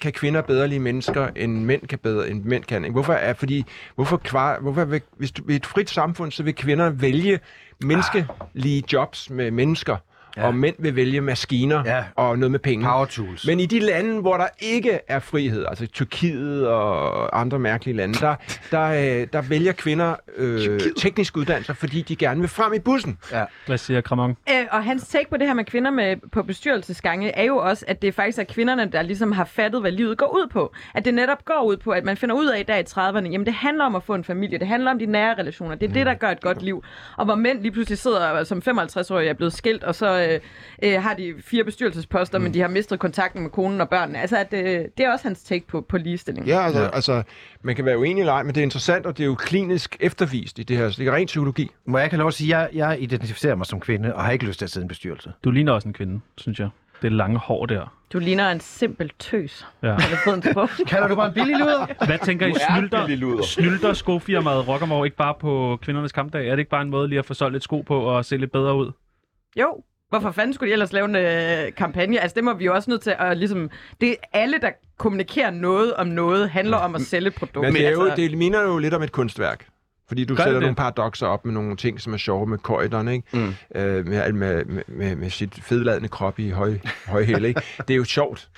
Speaker 5: kan kvinder bedre lide mennesker, end mænd kan bedre, end mænd kan? Ikke? Hvorfor er, fordi, hvorfor, kvar, hvorfor vil, hvis du, i et frit samfund, så vil kvinder vælge menneskelige jobs med mennesker, ja. og mænd vil vælge maskiner
Speaker 4: Ja.
Speaker 5: ja. og noget med penge.
Speaker 4: Power tools.
Speaker 5: Men i de lande, hvor der ikke er frihed, altså Tyrkiet og andre mærkelige lande, der, der, øh, der vælger kvinder øh, tekniske uddannelser, fordi de gerne vil frem i bussen.
Speaker 2: Hvad siger Kramon?
Speaker 3: Øh, og hans take på det her med kvinder med, på bestyrelsesgange er jo også, at det faktisk er kvinderne, der ligesom har fattet, hvad livet går ud på. At det netop går ud på, at man finder ud af i dag i 30'erne, jamen det handler om at få en familie, det handler om de nære relationer, det er det, der gør et godt liv. Og hvor mænd lige pludselig sidder og som 55-årige er blevet skilt, og så øh, øh, har de fire bestyrelsesposter, men de har mistet kontakten med konen og børnene. Altså at, øh, det er også hans take på, på ligestilling.
Speaker 5: Ja, altså, ja. altså man kan være uenig eller ej, men det er interessant, og det er jo klinisk eftervist i det her. Så det er ren psykologi.
Speaker 4: Må jeg ikke have lov at sige, at jeg, jeg identificerer mig som kvinde, og har ikke lyst til at sidde i en bestyrelse.
Speaker 2: Du ligner også en kvinde, synes jeg. Det lange hår der.
Speaker 3: Du ligner en simpel tøs.
Speaker 2: Ja.
Speaker 3: Har du fået en sprog?
Speaker 4: Kalder du bare en billig luder?
Speaker 2: Hvad tænker I
Speaker 1: Du er
Speaker 2: snylder,
Speaker 1: billig luder.
Speaker 2: snylder skofirmaet Rockamore ikke bare på kvindernes kampdag? Er det ikke bare en måde lige at få solgt lidt sko på og se lidt bedre ud?
Speaker 3: Jo. Hvorfor fanden skulle de ellers lave en øh, kampagne? Altså, det må vi jo også nødt til at ligesom... Det er alle, der kommunikerer noget om noget, handler om at sælge et produkt.
Speaker 5: Men det, er jo,
Speaker 3: altså,
Speaker 5: det minder jo lidt om et kunstværk. Fordi du
Speaker 2: Gør
Speaker 5: Gør sætter
Speaker 2: det?
Speaker 5: nogle paradoxer op med nogle ting, som er sjove med køjderne, ikke?
Speaker 1: Mm.
Speaker 5: Øh, med, alt med, med, med, med sit fedladende krop i høj, højhæl, ikke? Det er jo sjovt.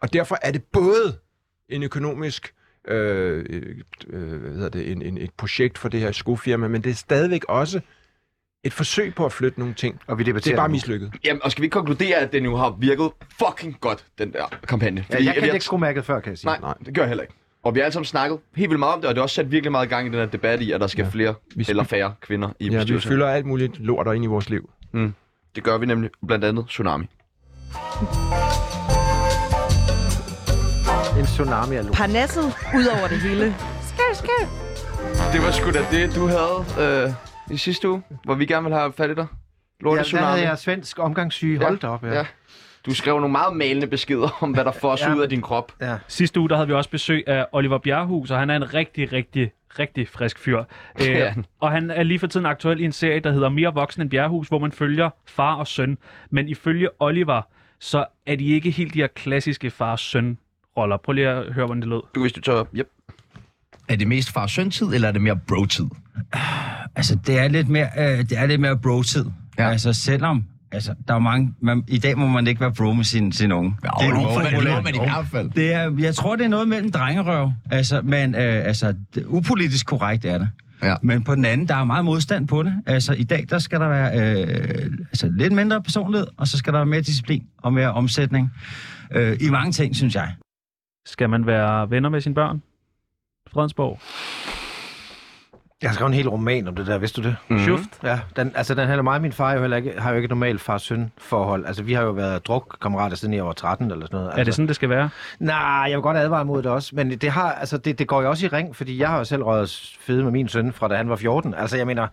Speaker 5: Og derfor er det både en økonomisk, øh, øh, hvad hedder det, en, en, et projekt for det her skofirma, men det er stadigvæk også et forsøg på at flytte nogle ting.
Speaker 4: Og vi
Speaker 5: Det
Speaker 4: debatterer
Speaker 5: er bare
Speaker 4: nu.
Speaker 5: mislykket.
Speaker 1: Jamen, og skal vi ikke konkludere, at den jo har virket fucking godt, den der kampagne?
Speaker 4: Ja, jeg
Speaker 1: at vi
Speaker 4: kan
Speaker 1: har-
Speaker 4: ikke skrue mærket før, kan jeg sige.
Speaker 1: Nej, nej, det gør jeg heller ikke. Og vi har alle sammen snakket helt vildt meget om det, og det har også sat virkelig meget gang i den her debat i, at der skal ja. flere
Speaker 5: Vi-
Speaker 1: eller færre kvinder i
Speaker 5: Ja, vi
Speaker 1: bestyrelsen.
Speaker 5: fylder alt muligt lort ind i vores liv.
Speaker 1: Det gør vi nemlig blandt andet Tsunami.
Speaker 4: En tsunami af lort.
Speaker 6: Parnasset ud over det hele. Skøv, skøv.
Speaker 1: Det var sgu da det, du havde øh, i sidste uge, hvor vi gerne ville have fat i dig. Lorte ja,
Speaker 4: Ja, der
Speaker 1: Tsunami.
Speaker 4: havde jeg svensk omgangssyge. Hold da op, ja.
Speaker 1: Ja. Du skrev nogle meget malende beskeder om, hvad der fosser
Speaker 4: Ja.
Speaker 1: ud af din krop.
Speaker 4: ja.
Speaker 2: Sidste uge, der havde vi også besøg af Oliver Bjerrehus, og han er en rigtig, rigtig, rigtig frisk fyr.
Speaker 1: Ja.
Speaker 2: Øh, og han er lige for tiden aktuel i en serie, der hedder Mere Voksen end Bjerrehus, hvor man følger far og søn. Men ifølge Oliver, så er de ikke helt de her klassiske far-søn-roller. Prøv lige at høre, hvordan det lød.
Speaker 1: Du, hvis du tager... Yep.
Speaker 7: Er det mest far søn tid eller er det mere bro-tid?
Speaker 8: Altså, det er lidt mere, øh, det er lidt mere bro-tid.
Speaker 7: Ja.
Speaker 8: Ja. Altså, selvom... Altså, der er mange... Man, I dag må man ikke være bro med sin, sin unge. Ja,
Speaker 7: det må man- det må man i hvert fald.
Speaker 8: Det er, jeg tror, det er noget mellem drengerøv. Altså, men øh, altså, det, upolitisk korrekt er det.
Speaker 7: Ja.
Speaker 8: Men på den anden, der er meget modstand på det. Altså, i dag, der skal der være øh, altså, lidt mindre personlighed, og så skal der være mere disciplin og mere omsætning. Øh, I mange ting, synes jeg.
Speaker 2: Skal man være venner med sine børn? Fredensborg.
Speaker 4: Jeg har skrevet en hel roman om det der, vidste du det?
Speaker 2: Mm.
Speaker 4: Ja, Mm-hmm. den, altså den handler mig og min far jo heller ikke, har jo ikke et normalt far-søn forhold. Altså vi har jo været drukkammerater siden jeg var 13 eller sådan noget. Altså,
Speaker 2: Er det sådan, det skal være?
Speaker 4: Nej, jeg vil godt advare mod det også, men det, har, altså, det, det går jo også i ring, fordi jeg har jo selv røget fede med min søn fra da han var 14. Altså jeg mener,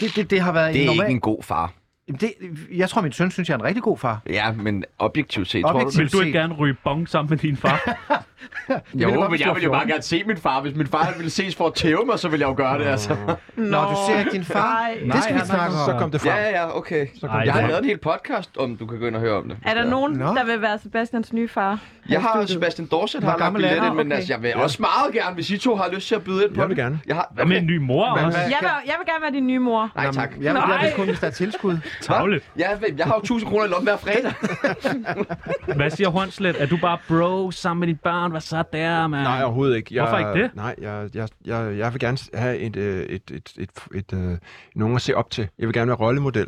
Speaker 4: det, det, det har været
Speaker 1: Det er
Speaker 4: en
Speaker 1: ikke
Speaker 4: normal...
Speaker 1: en god far.
Speaker 4: Jamen, Det, jeg tror, min søn synes, jeg er en rigtig god far.
Speaker 1: Ja, men objektivt set,
Speaker 4: Objektivt
Speaker 1: tror
Speaker 2: Vil du ikke
Speaker 4: Se.
Speaker 2: gerne ryge bong sammen med din far?
Speaker 1: du det? Jo,
Speaker 4: ville godt,
Speaker 1: men
Speaker 4: hvis
Speaker 1: jeg
Speaker 4: du var
Speaker 1: ville jo bare
Speaker 4: 14.
Speaker 1: gerne se min far. Hvis min far ville ses for at tæve mig, så ville jeg jo gøre det, altså.
Speaker 3: Nå,
Speaker 4: Nå, du ser ikke din far?
Speaker 3: Nej.
Speaker 4: det skal vi snakke om.
Speaker 5: Så kom det frem.
Speaker 1: Ja, ja, ja, okay.
Speaker 2: Ej,
Speaker 1: Jeg har
Speaker 2: det-
Speaker 1: lavet en hel podcast om, du kan gå ind og høre om det.
Speaker 3: Er der nogen,
Speaker 4: Nå.
Speaker 3: der vil være Sebastians nye far?
Speaker 1: Jeg har Sebastian Dorset
Speaker 4: Hvor
Speaker 1: har lagt
Speaker 4: gammel er
Speaker 1: billet
Speaker 4: han?
Speaker 1: ind, men
Speaker 3: Okay.
Speaker 1: altså, jeg vil også meget gerne, hvis I to har lyst til at byde ind på
Speaker 5: Jeg vil
Speaker 1: det.
Speaker 5: gerne.
Speaker 1: Jeg har,
Speaker 2: Og med en ny mor
Speaker 4: Hvad-
Speaker 2: også.
Speaker 4: hvad-
Speaker 3: Jeg vil, jeg vil gerne være din nye mor.
Speaker 1: Nej, tak.
Speaker 4: Jamen, Jeg, jeg vil
Speaker 2: Nej.
Speaker 4: kun, hvis der er tilskud.
Speaker 2: Tavle.
Speaker 1: Jeg, jeg har jo 1000 kroner i lommen hver fredag.
Speaker 2: Hvad siger Hornslet? Er du bare bro sammen med dit barn? Hvad så der, mand?
Speaker 5: Nej, overhovedet ikke. Jeg,
Speaker 2: Hvorfor ikke det?
Speaker 5: Nej, jeg, jeg, jeg, jeg vil gerne have et, øh, et, et, et, et, øh, nogen at se op til. Jeg vil gerne være rollemodel.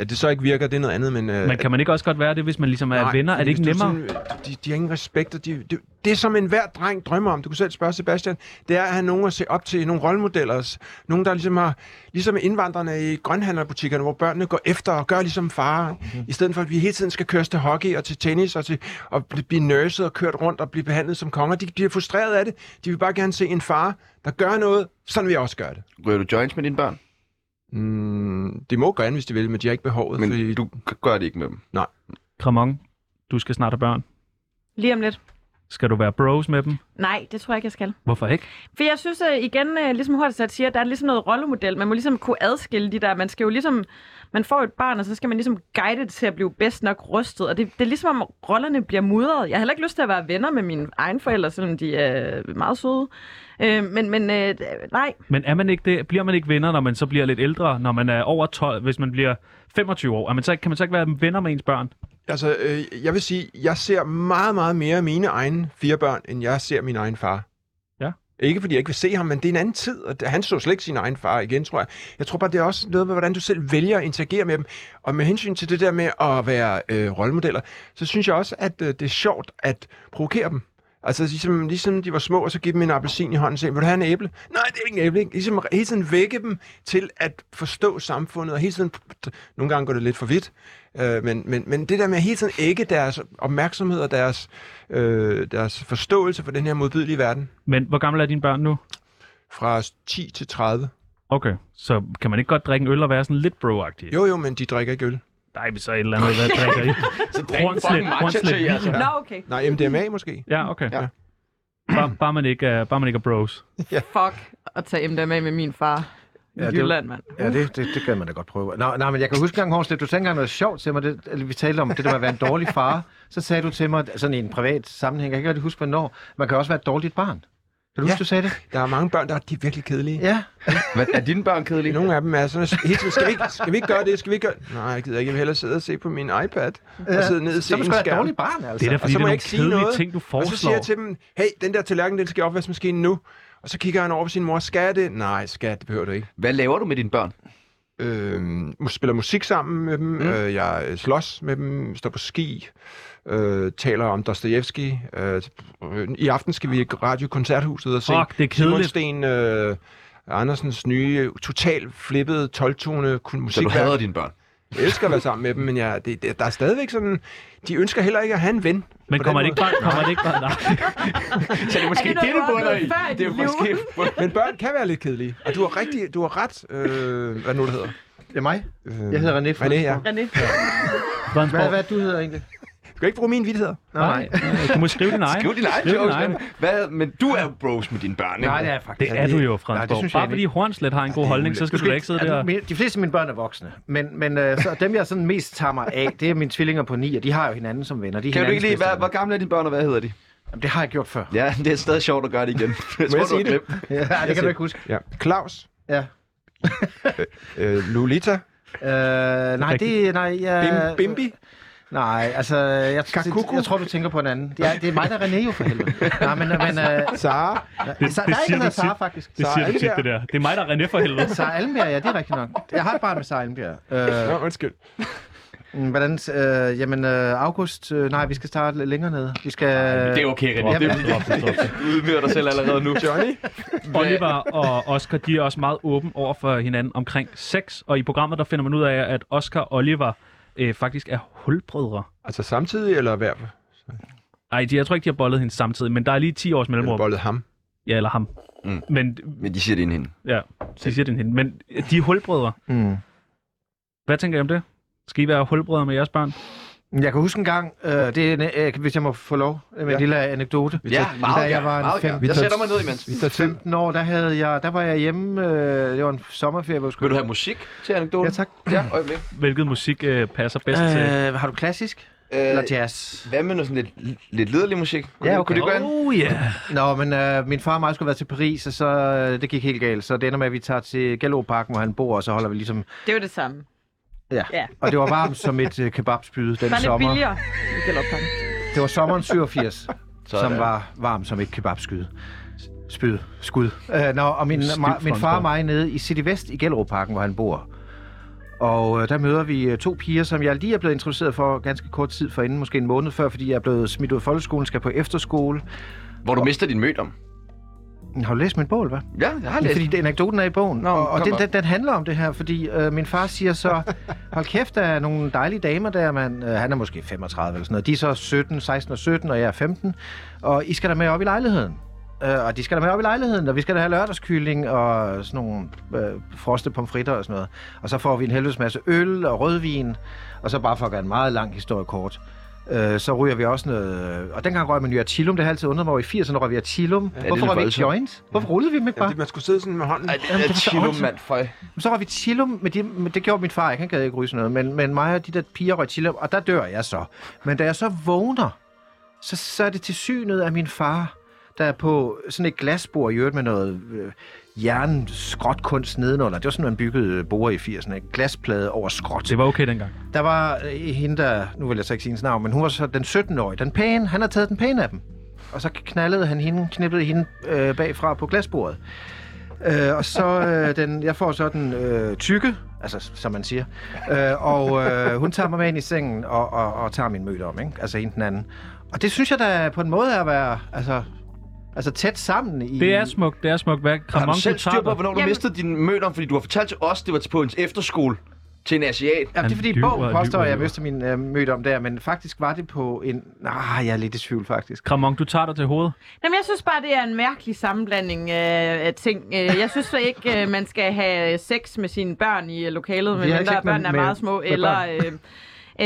Speaker 5: At det så ikke virker, det er noget andet, men... Øh,
Speaker 2: Men kan man ikke også godt være det, hvis man ligesom er
Speaker 5: nej,
Speaker 2: venner? Er det
Speaker 5: fordi
Speaker 2: ikke
Speaker 5: hvis du
Speaker 2: nemmere?
Speaker 5: Sådan, øh, de, de har ingen respekt, og de, det, det er som enhver dreng drømmer om. Du kunne selv spørge Sebastian. Det er at have nogen at se op til, nogle rollemodeller. Nogen, der ligesom har... Ligesom indvandrerne i grønhandlerbutikkerne, hvor børnene går efter og gør ligesom far.
Speaker 2: Mhm.
Speaker 5: Mm-hmm. I stedet for, at vi hele tiden skal køres til hockey og til tennis og, til, og bl- blive nurset og kørt rundt og blive behandlet som konger. De bliver frustreret af det. De vil bare gerne se en far, der gør noget. Sådan vil jeg også gøre det.
Speaker 1: Rører du joints med dine børn?
Speaker 5: Mm, de må gerne, hvis de vil, men de har ikke behovet.
Speaker 1: Men
Speaker 5: fordi-
Speaker 1: du g- gør det ikke med dem.
Speaker 2: Kramon, du skal snart have børn.
Speaker 3: Lige om lidt.
Speaker 2: Skal du være bros med dem?
Speaker 3: Nej, det tror jeg ikke, jeg skal.
Speaker 2: Hvorfor ikke?
Speaker 3: For jeg synes øh, igen, øh, ligesom Hortsat siger, der er ligesom noget rollemodel. Man må ligesom kunne adskille de der. Man skal jo ligesom, man får et barn, og så skal man ligesom guide det til at blive bedst nok rustet. Og det, det er ligesom, om rollerne bliver mudret. Jeg har heller ikke lyst til at være venner med mine egne forældre, selvom de er meget søde. Øh, men men øh, nej,
Speaker 2: Men er man ikke det? bliver man ikke venner, når man så bliver lidt ældre? Når man er over 12, hvis man bliver 25 år? Er man så, ikke- kan man så ikke være venner med ens børn?
Speaker 5: Altså, øh, jeg vil sige, jeg ser meget, meget mere af mine egne fire børn, end jeg ser min egen far.
Speaker 2: Ja.
Speaker 5: Ikke fordi jeg ikke vil se ham, men det er en anden tid, og han så slet ikke sin egen far igen, tror jeg. Jeg tror bare, det er også noget med, hvordan du selv vælger at interagere med dem. Og med hensyn til det der med at være øh, rollemodeller, så synes jeg også, at øh, det er sjovt at provokere dem. Altså ligesom, ligesom de var små, og så give dem en appelsin i hånden og sige, vil du have en æble? Nej, det er ikke en æble. Ikke? Ligesom hele tiden vække dem til at forstå samfundet, og hele tiden, nogle gange går det lidt for vidt, øh, men, men, men det der med at hele tiden ægge deres opmærksomhed og deres, øh, deres forståelse for den her modbydelige verden,
Speaker 2: Men hvor gamle er dine børn nu?
Speaker 5: fra 10 til 30.
Speaker 2: Okay, så kan man ikke godt drikke en øl og være sådan lidt bro -agtig?
Speaker 5: Jo, jo, men de drikker ikke øl.
Speaker 2: Nej, vi så et eller andet, hvad drikker I?
Speaker 1: Så
Speaker 2: Hornslet, Hornslet.
Speaker 1: altså.
Speaker 3: nå okay,
Speaker 5: Nej, MDMA måske.
Speaker 2: Ja, okay.
Speaker 1: Ja.
Speaker 2: Ja. Bare, bare, man ikke, er- bare man ikke er bros.
Speaker 3: fuck at tage MDMA med min far.
Speaker 4: Ja,
Speaker 3: Ja,
Speaker 4: det-
Speaker 3: Jylland, mand.
Speaker 4: Ja, det, det, det kan man da godt prøve. Nå, nej, men jeg kan huske engang, Hornslet, du sagde engang noget sjovt til mig, det, eller vi talte om det der med at være en dårlig far. Så sagde du til mig, sådan i en privat sammenhæng, jeg kan ikke rigtig huske, hvornår, man kan også være et dårligt barn. Kan du huske, du sagde det?
Speaker 5: Der er mange børn, der er, de er virkelig kedelige.
Speaker 4: Ja.
Speaker 1: Hvad, er dine børn kedelige?
Speaker 5: Nogle af dem er sådan, hele tiden, skal vi, ikke, skal vi ikke gøre det? Skal vi ikke gøre Nej, jeg gider ikke. Jeg vil hellere sidde og se på min iPad. Og sidde ned og se
Speaker 4: Så er
Speaker 5: en
Speaker 4: man sgu da et
Speaker 5: skærm.
Speaker 4: dårligt barn, altså.
Speaker 2: Det er da
Speaker 5: Og
Speaker 2: fordi, det er
Speaker 5: så må jeg
Speaker 2: nogle
Speaker 5: ikke sige
Speaker 2: kedelige
Speaker 5: noget.
Speaker 2: ting, du
Speaker 5: Og så siger
Speaker 2: foreslår.
Speaker 5: jeg til dem, hey, den der tallerken, den skal i opvaskemaskinen nu. Og så kigger han over på sin mor, skal jeg det? Nej, skat, det behøver du ikke.
Speaker 1: Hvad laver du med dine børn?
Speaker 5: Øh, mus- spiller musik sammen med dem, mm. øh, jeg øh, slås med dem, står på ski, øh, taler om Dostojevski. Øh, øh, I aften skal vi i radiokoncerthuset og se
Speaker 2: Fuck, det er
Speaker 5: Simon
Speaker 2: kedeligt.
Speaker 5: Sten øh, Andersens nye, totalt flippede, 12-tone kun
Speaker 1: Så
Speaker 5: musik.
Speaker 1: du hader dine børn?
Speaker 5: Jeg elsker at være sammen med dem, men jeg, det, det, der er stadigvæk sådan... De ønsker heller ikke at have en ven.
Speaker 2: Men
Speaker 5: på
Speaker 2: kommer
Speaker 5: den
Speaker 2: det ikke
Speaker 5: måde.
Speaker 2: bare... Kommer det ikke bare nej.
Speaker 1: Så det er måske
Speaker 3: Er det
Speaker 1: det,
Speaker 3: noget,
Speaker 1: du
Speaker 3: du
Speaker 1: bunder
Speaker 3: oplevede
Speaker 1: i.
Speaker 3: før i
Speaker 1: Det er
Speaker 3: dit liv?
Speaker 1: måske...
Speaker 5: Men børn kan være lidt kedelige. Og du har, rigtig, du har ret... Øh, hvad nu det hedder?
Speaker 4: Det er mig.
Speaker 5: Øh,
Speaker 4: Jeg hedder René
Speaker 5: René, ja.
Speaker 3: René.
Speaker 4: Hvad,
Speaker 2: Fredensborg,
Speaker 4: hvad du hedder egentlig?
Speaker 5: Du kan ikke bruge mine vittigheder.
Speaker 4: Nå, nej.
Speaker 2: Du må skrive din egen.
Speaker 1: Skriv din egen
Speaker 2: Skriv din
Speaker 1: jokes,
Speaker 2: egen.
Speaker 1: mand. Hvad, men du er jo bros med dine børn, ikke?
Speaker 4: er jeg faktisk.
Speaker 2: Det er du jo,
Speaker 4: Nej, det
Speaker 2: Fredensborg.
Speaker 4: synes jeg
Speaker 2: Bare
Speaker 4: ikke.
Speaker 2: fordi Hornslet har en god holdning, så skal du da ikke sidde der.
Speaker 4: Altså,
Speaker 2: og-
Speaker 4: mine- De fleste af mine børn er voksne, men, men øh, så dem, jeg sådan mest tager mig af, det er mine tvillinger på 9, og de har jo hinanden som venner. De er
Speaker 1: Kan du
Speaker 4: hinandens
Speaker 1: ikke lige...
Speaker 4: bedste
Speaker 1: Hvad,
Speaker 4: venner.
Speaker 1: hvor gamle er dine børn, og hvad hedder de?
Speaker 4: Jamen, det har jeg gjort før.
Speaker 1: Ja, det er stadig sjovt at gøre det igen. Jeg tror,
Speaker 5: jeg
Speaker 1: du har
Speaker 5: sige det?
Speaker 1: glemt.
Speaker 4: Ja, det kan du ikke huske.
Speaker 5: Ja. Claus.
Speaker 4: Ja.
Speaker 5: Øh, Lolita.
Speaker 4: Øh, nej, det nej, jeg...
Speaker 5: Bim, Bimbi.
Speaker 4: Nej, altså, jeg,
Speaker 5: Kakuku?
Speaker 4: jeg tror, du tænker på en anden. Det er, det er mig, der er René jo for helvede. Nej, men... men øh,
Speaker 5: Sara.
Speaker 2: Det-
Speaker 4: Sa-
Speaker 2: det
Speaker 4: der er
Speaker 2: siger
Speaker 4: ikke
Speaker 2: du
Speaker 4: noget Sara,
Speaker 2: tit.
Speaker 4: faktisk.
Speaker 2: Det siger
Speaker 5: Sara
Speaker 2: du tit,
Speaker 5: Elbjerg.
Speaker 2: det der. Det er mig, der er René for helvede.
Speaker 4: Sara Almbjerg, ja, det er rigtigt nok. Jeg har et barn med Sara Almbjerg. Øh,
Speaker 5: Nå, undskyld.
Speaker 4: mm, hvordan... Øh, jamen, øh, august... Øh, nej, vi skal starte længere nede. Vi skal...
Speaker 1: Det er okay, René.
Speaker 2: Drop
Speaker 1: Det
Speaker 2: det, drop det, drop det.
Speaker 1: Du udmyrer dig selv allerede nu.
Speaker 5: Johnny.
Speaker 2: Oliver og Oscar, de er også meget åbne over for hinanden omkring sex, og i programmet, der finder man ud af, at Oscar og Oliver øh, faktisk er hulbrødre.
Speaker 5: Altså samtidig, eller hver?
Speaker 2: Ej, de, jeg tror ikke, de har bollet hende samtidig, men der er lige 10 års
Speaker 5: Eller
Speaker 2: mellemrum.
Speaker 5: bollet ham.
Speaker 2: Ja, eller ham.
Speaker 1: Mm.
Speaker 2: Mm. Men
Speaker 1: Men de siger det inden hende.
Speaker 2: ja, så siger den hende. Men de er hulbrødre.
Speaker 4: Mm.
Speaker 2: Hvad tænker I om det? Skal I være hulbrødre med jeres børn?
Speaker 4: Jeg kan huske en gang, øh, det er en, øh, hvis jeg må få lov øh, med ja.
Speaker 5: Ja.
Speaker 4: en lille anekdote.
Speaker 5: Vi
Speaker 1: Ja,
Speaker 5: tager-
Speaker 1: meget
Speaker 4: da jeg
Speaker 1: gerne,
Speaker 4: var en
Speaker 1: meget
Speaker 4: fem-
Speaker 1: gerne.
Speaker 5: vi
Speaker 1: Jeg
Speaker 5: tager-
Speaker 1: sætter mig ned imens.
Speaker 5: Vi tager tid.
Speaker 4: 15 år, der, havde jeg, der var jeg hjemme, øh, det var en sommerferie, hvor jeg
Speaker 1: Vil
Speaker 4: skulle...
Speaker 1: du have musik til anekdoten?
Speaker 4: Ja, tak.
Speaker 1: Ja, øjeblik.
Speaker 2: Hvilket musik øh, passer bedst øh, til?
Speaker 4: Øh, har du klassisk?
Speaker 1: Øh,
Speaker 4: Eller jazz?
Speaker 1: Hvad med noget sådan lidt, lidt lederlig musik? Kunne
Speaker 4: Ja,
Speaker 1: det-
Speaker 4: okay.
Speaker 1: Kunne det gå an?
Speaker 2: Oh yeah!
Speaker 4: Nå, men øh, min far og mig skulle være til Paris, og så øh, det gik helt galt. Så det ender med, at vi tager til Gallo Park, hvor han bor, og så holder vi ligesom...
Speaker 3: Det er jo det samme.
Speaker 4: Ja.
Speaker 3: Ja.
Speaker 4: Og det var varmt som et øh, kebabspyde den
Speaker 3: Der er lidt
Speaker 4: sommer.
Speaker 3: billigere. i Gellerupparken.
Speaker 4: Det var sommeren 87,
Speaker 1: Sådan.
Speaker 4: som var varm som et kebabskyde. Spyd. Skud. Øh, nå, og min, ma- min far og mig nede i City Vest i Gellerup-parken, hvor han bor. Og øh, der møder vi øh, to piger, som jeg lige er blevet introduceret for ganske kort tid for inden, måske en måned før, fordi jeg er blevet smidt ud af folkeskolen, skal på efterskole.
Speaker 1: Hvor du mister din mødom.
Speaker 4: Har du læst min bog, hvad?
Speaker 1: Ja, jeg har
Speaker 4: Men
Speaker 1: læst.
Speaker 4: Fordi det, anekdoten er i bogen, Nå, og, og
Speaker 1: kom
Speaker 4: den,
Speaker 1: op.
Speaker 4: den, den handler om det her, fordi øh, min far siger så, hold kæft, der er nogle dejlige damer der, man, øh, han er måske 35 eller sådan noget, de er så 17, 16 og 17, og jeg er 15, og I skal da med op i lejligheden. Øh, og de skal da med op i lejligheden, og vi skal da have lørdagskylling og sådan nogle øh, froste pomfritter og sådan noget. Og så får vi en helvedes masse øl og rødvin, og så bare for at gøre en meget lang historie kort. Øh, så ryger vi også noget... øh, Og dengang røg man jo Atilum, det har jeg altid undret mig over. I 80'erne røg vi Atilum. Ja,
Speaker 1: lidt
Speaker 4: Hvorfor røg vi ikke
Speaker 1: voldsomt.
Speaker 4: joint? Hvorfor rullede vi dem ikke bare?
Speaker 5: Fordi man skulle sidde sådan med hånden.
Speaker 1: Ej, det er chillum, mand. Føj.
Speaker 4: Men Så var vi Chillum, men det, men det gjorde min far ikke, han gad ikke ryge sådan noget, men, men mig og de der piger røg Chillum, og der dør jeg så. Men da jeg så vågner, så, så er det til synet af min far, der er på sådan et glasbord i øvrigt med noget øh, jernskrotkunst nedenunder. Det var sådan, man byggede øh, borer i 80'erne. ikke? Glasplade over skråt.
Speaker 2: Det var okay dengang.
Speaker 4: Der var øh, hende, der, nu vil jeg så ikke sige hendes navn, men hun var så den 17-årige, den pæne, han har taget den pæne af dem. Og så knaldede han hende, knippede hende øh, bagfra på glasbordet. Øh, og så øh, den, jeg får så den øh, tykke, altså som man siger, øh, og øh, hun tager mig med ind i sengen og, og, og tager min møde om, ikke? altså hende den anden. Og det synes jeg da på en måde er at være altså, altså tæt sammen i...
Speaker 2: Det er smukt, det er smukt. Hvad
Speaker 1: Har
Speaker 2: Kramon
Speaker 1: du selv styr på, hvornår du
Speaker 3: Jamen-
Speaker 1: mistede din mødom? Fordi du har fortalt til os, det var på en efterskole til en asiat.
Speaker 4: Ja, det er
Speaker 2: Han
Speaker 4: fordi,
Speaker 2: lyver,
Speaker 4: bogen
Speaker 2: lyver,
Speaker 4: påstår, at jeg
Speaker 2: lyver.
Speaker 4: mistede min øh, møde om der, men faktisk var det på en... Ah, jeg er lidt i tvivl, faktisk.
Speaker 2: Kramon, du tager dig til hovedet.
Speaker 3: Jamen, jeg synes bare, det er en mærkelig sammenblanding øh, af ting. Øh, Jeg synes så ikke, øh, man skal have sex med sine børn i øh, lokalet,
Speaker 4: ikke
Speaker 3: medmindre
Speaker 4: sex med-
Speaker 3: børnene er
Speaker 4: med-
Speaker 3: meget små,
Speaker 4: med
Speaker 3: eller...
Speaker 4: børn.
Speaker 3: Øh,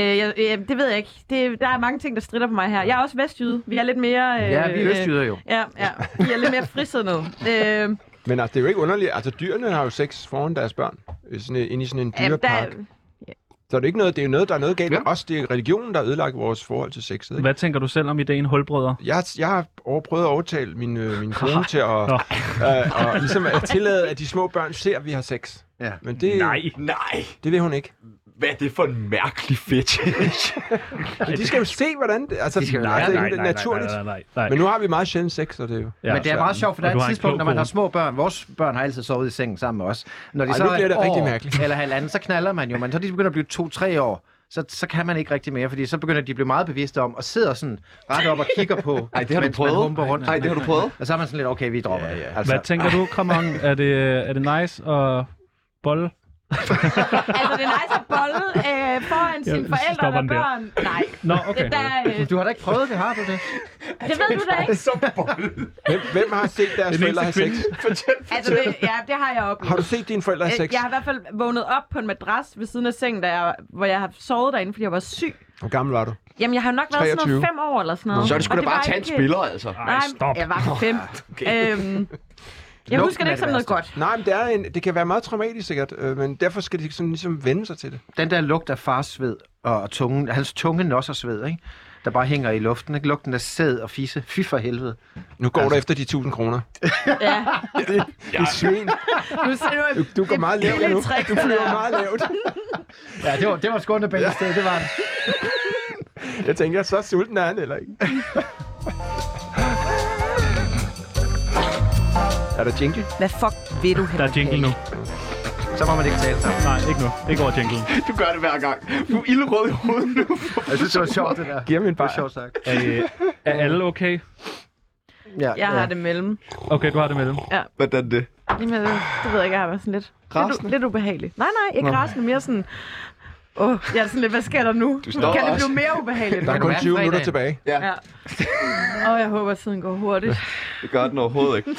Speaker 3: øh, jeg, øh, det ved jeg ikke. Det, der er mange ting, der strider på mig her. Jeg er også vestjyde. Vi er lidt mere... Øh,
Speaker 4: Ja, vi er
Speaker 3: øh,
Speaker 4: østjyder jo.
Speaker 3: Ja, ja. Vi er lidt mere frisiddende. Øh,
Speaker 5: Men altså, det er jo ikke underligt. Altså, dyrene har jo sex foran deres børn. Øh, Sådan, øh, inde i sådan en
Speaker 3: jamen,
Speaker 5: dyrepark.
Speaker 3: der-
Speaker 5: Så er det ikke noget, det er jo noget, der er noget galt med os. Det er religionen, der har ødelagt vores forhold til sexet. Ikke?
Speaker 2: Hvad tænker du selv om ideen hulbrødre?
Speaker 5: Jeg, har- jeg har over, prøvet at overtale min, øh, min kone til at, øh, og ligesom at tillade, at de små børn ser, at vi har sex.
Speaker 4: Ja.
Speaker 5: Men det,
Speaker 2: Nej.
Speaker 1: Nej,
Speaker 5: det vil hun ikke.
Speaker 1: hvad er det for en mærkelig fetish?
Speaker 5: Men de skal jo se, hvordan det, altså, de skal
Speaker 2: Nej,
Speaker 5: altså,
Speaker 2: nej,
Speaker 5: det er
Speaker 2: nej,
Speaker 5: naturligt.
Speaker 2: nej, nej, nej, nej.
Speaker 5: Men nu har vi meget sjældent sex, og det er jo...
Speaker 2: Ja.
Speaker 4: Men det er meget sjovt, for der
Speaker 2: Og du
Speaker 4: er
Speaker 2: har
Speaker 4: et
Speaker 2: en
Speaker 4: tidspunkt,
Speaker 2: klog
Speaker 4: når man har
Speaker 2: kone.
Speaker 4: små børn. Vores børn har altid sovet i sengen sammen med os. Når de
Speaker 5: Ej,
Speaker 4: så
Speaker 5: nu
Speaker 4: er
Speaker 5: bliver
Speaker 4: et
Speaker 5: det rigtig
Speaker 4: år
Speaker 5: mærkeligt.
Speaker 4: Eller halvanden, så knaller man jo. Men så er de begynder at blive to-tre år. Så, så kan man ikke rigtig mere, fordi så begynder de at blive meget bevidste om, og sidder sådan ret op og kigger på,
Speaker 1: Nej, det har du
Speaker 4: mens man
Speaker 1: prøvet.
Speaker 4: humper rundt.
Speaker 1: Nej, det har du prøvet.
Speaker 4: Og så er man sådan lidt, okay, vi dropper det. Altså,
Speaker 2: Hvad tænker du, Kramon? Er det, er det nice at bolle?
Speaker 3: Altså, det er nice at bolle øh, foran sine
Speaker 2: så
Speaker 3: forældre eller
Speaker 2: stopper den der.
Speaker 3: børn. Nej,
Speaker 2: Nå,
Speaker 3: det,
Speaker 2: okay.
Speaker 3: der, øh,
Speaker 4: du har da ikke prøvet det, har du det?
Speaker 3: det ved du da ikke.
Speaker 5: Hvem, hvem har set deres
Speaker 2: Den
Speaker 5: forældre
Speaker 2: eneste
Speaker 5: have sex?
Speaker 3: Altså, det, ja, det har jeg oplevet.
Speaker 5: Har du set dine forældre have
Speaker 3: Øh,
Speaker 5: sex?
Speaker 3: Jeg har i hvert fald vågnet op på en madras ved siden af sengen, der jeg, hvor jeg har sovet derinde, fordi jeg var syg.
Speaker 5: Hvor gammel var du?
Speaker 3: Jamen, jeg har nok været sådan
Speaker 5: 23.
Speaker 3: noget fem år eller sådan noget.
Speaker 1: Så er det
Speaker 3: Og
Speaker 1: sgu da bare at tage en
Speaker 3: ikke-
Speaker 1: spiller, altså.
Speaker 3: Nej,
Speaker 2: stop.
Speaker 3: jeg var fem. okay. øhm, jeg
Speaker 4: Lugten
Speaker 3: husker det
Speaker 4: er
Speaker 3: ikke som
Speaker 4: det
Speaker 3: noget godt.
Speaker 5: Nej, men det, er en, det kan være meget traumatisk sikkert, øh, men derfor skal de sådan ligesom vende sig til det.
Speaker 4: Den der lugt af fars sved og tungen, hans tunge nosser sved, ikke? der bare hænger i luften. Ikke? Lugten af sæd og fisse. Fy for helvede.
Speaker 5: Nu går altså. du efter de 1000 kroner.
Speaker 3: Ja.
Speaker 5: Det er svin.
Speaker 3: Nu ser du,
Speaker 5: Du går meget lavt nu.
Speaker 3: Trick,
Speaker 5: Du flyver meget lavt.
Speaker 4: Ja, det var, det var skående bedste sted, det var det.
Speaker 5: Jeg tænker, så sulten er han eller ikke. er der jingle?
Speaker 6: Hvad fuck vil du
Speaker 2: Der
Speaker 6: have?
Speaker 2: er jingle nu.
Speaker 4: Så må man ikke tale sammen.
Speaker 2: Nej, ikke nu. Ikke over jinglen.
Speaker 1: Du gør det hver gang. Du er ildrød i hovedet nu.
Speaker 4: Jeg synes, det var sjovt, det der.
Speaker 5: Giv mig en
Speaker 4: Det var
Speaker 5: bajer.
Speaker 4: sjovt sagt.
Speaker 2: Er, øh, er alle okay?
Speaker 4: Ja,
Speaker 3: Jeg har det mellem.
Speaker 2: Okay, du har det med dem.
Speaker 1: Hvordan det?
Speaker 3: Jamen, øh, det ved jeg ikke, jeg har været sådan lidt, lidt, u- lidt ubehageligt. Nej, nej, ikke rasende, mere sådan... Åh, oh, jeg er sådan lidt, hvad sker der nu?
Speaker 1: stopper
Speaker 3: Kan det
Speaker 1: også.
Speaker 3: blive mere ubehageligt?
Speaker 5: Der er
Speaker 4: Kan du
Speaker 5: kun
Speaker 4: være
Speaker 5: 20
Speaker 4: fredagen?
Speaker 5: minutter tilbage.
Speaker 3: Ja. Og jeg håber, at tiden går hurtigt.
Speaker 1: Det gør den overhovedet ikke.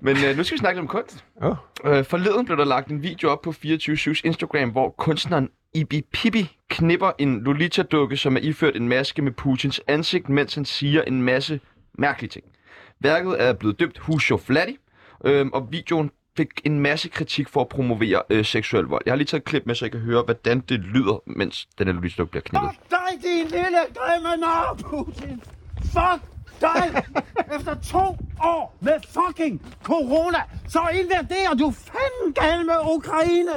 Speaker 1: Men øh, nu skal vi snakke lidt om kunst.
Speaker 5: Åh.
Speaker 1: Øh, forleden blev der lagt en video op på 24-7's Instagram, hvor kunstneren Ibi Pibi knipper en Lolita-dukke, som er iført en maske med Putins ansigt, mens han siger en masse mærkelige ting. Værket er blevet døbt Who's Your Flatty, øh, og videoen fik en masse kritik for at promovere øh, seksuel vold. Jeg har lige taget et klip med, så I kan høre, hvordan det lyder, mens den her Lolita-dukke bliver knippet.
Speaker 9: dig, din lille grimme nar, Putin! Fuck dig! Efter to år med fucking corona, så invaderer du fanden gale med Ukraine!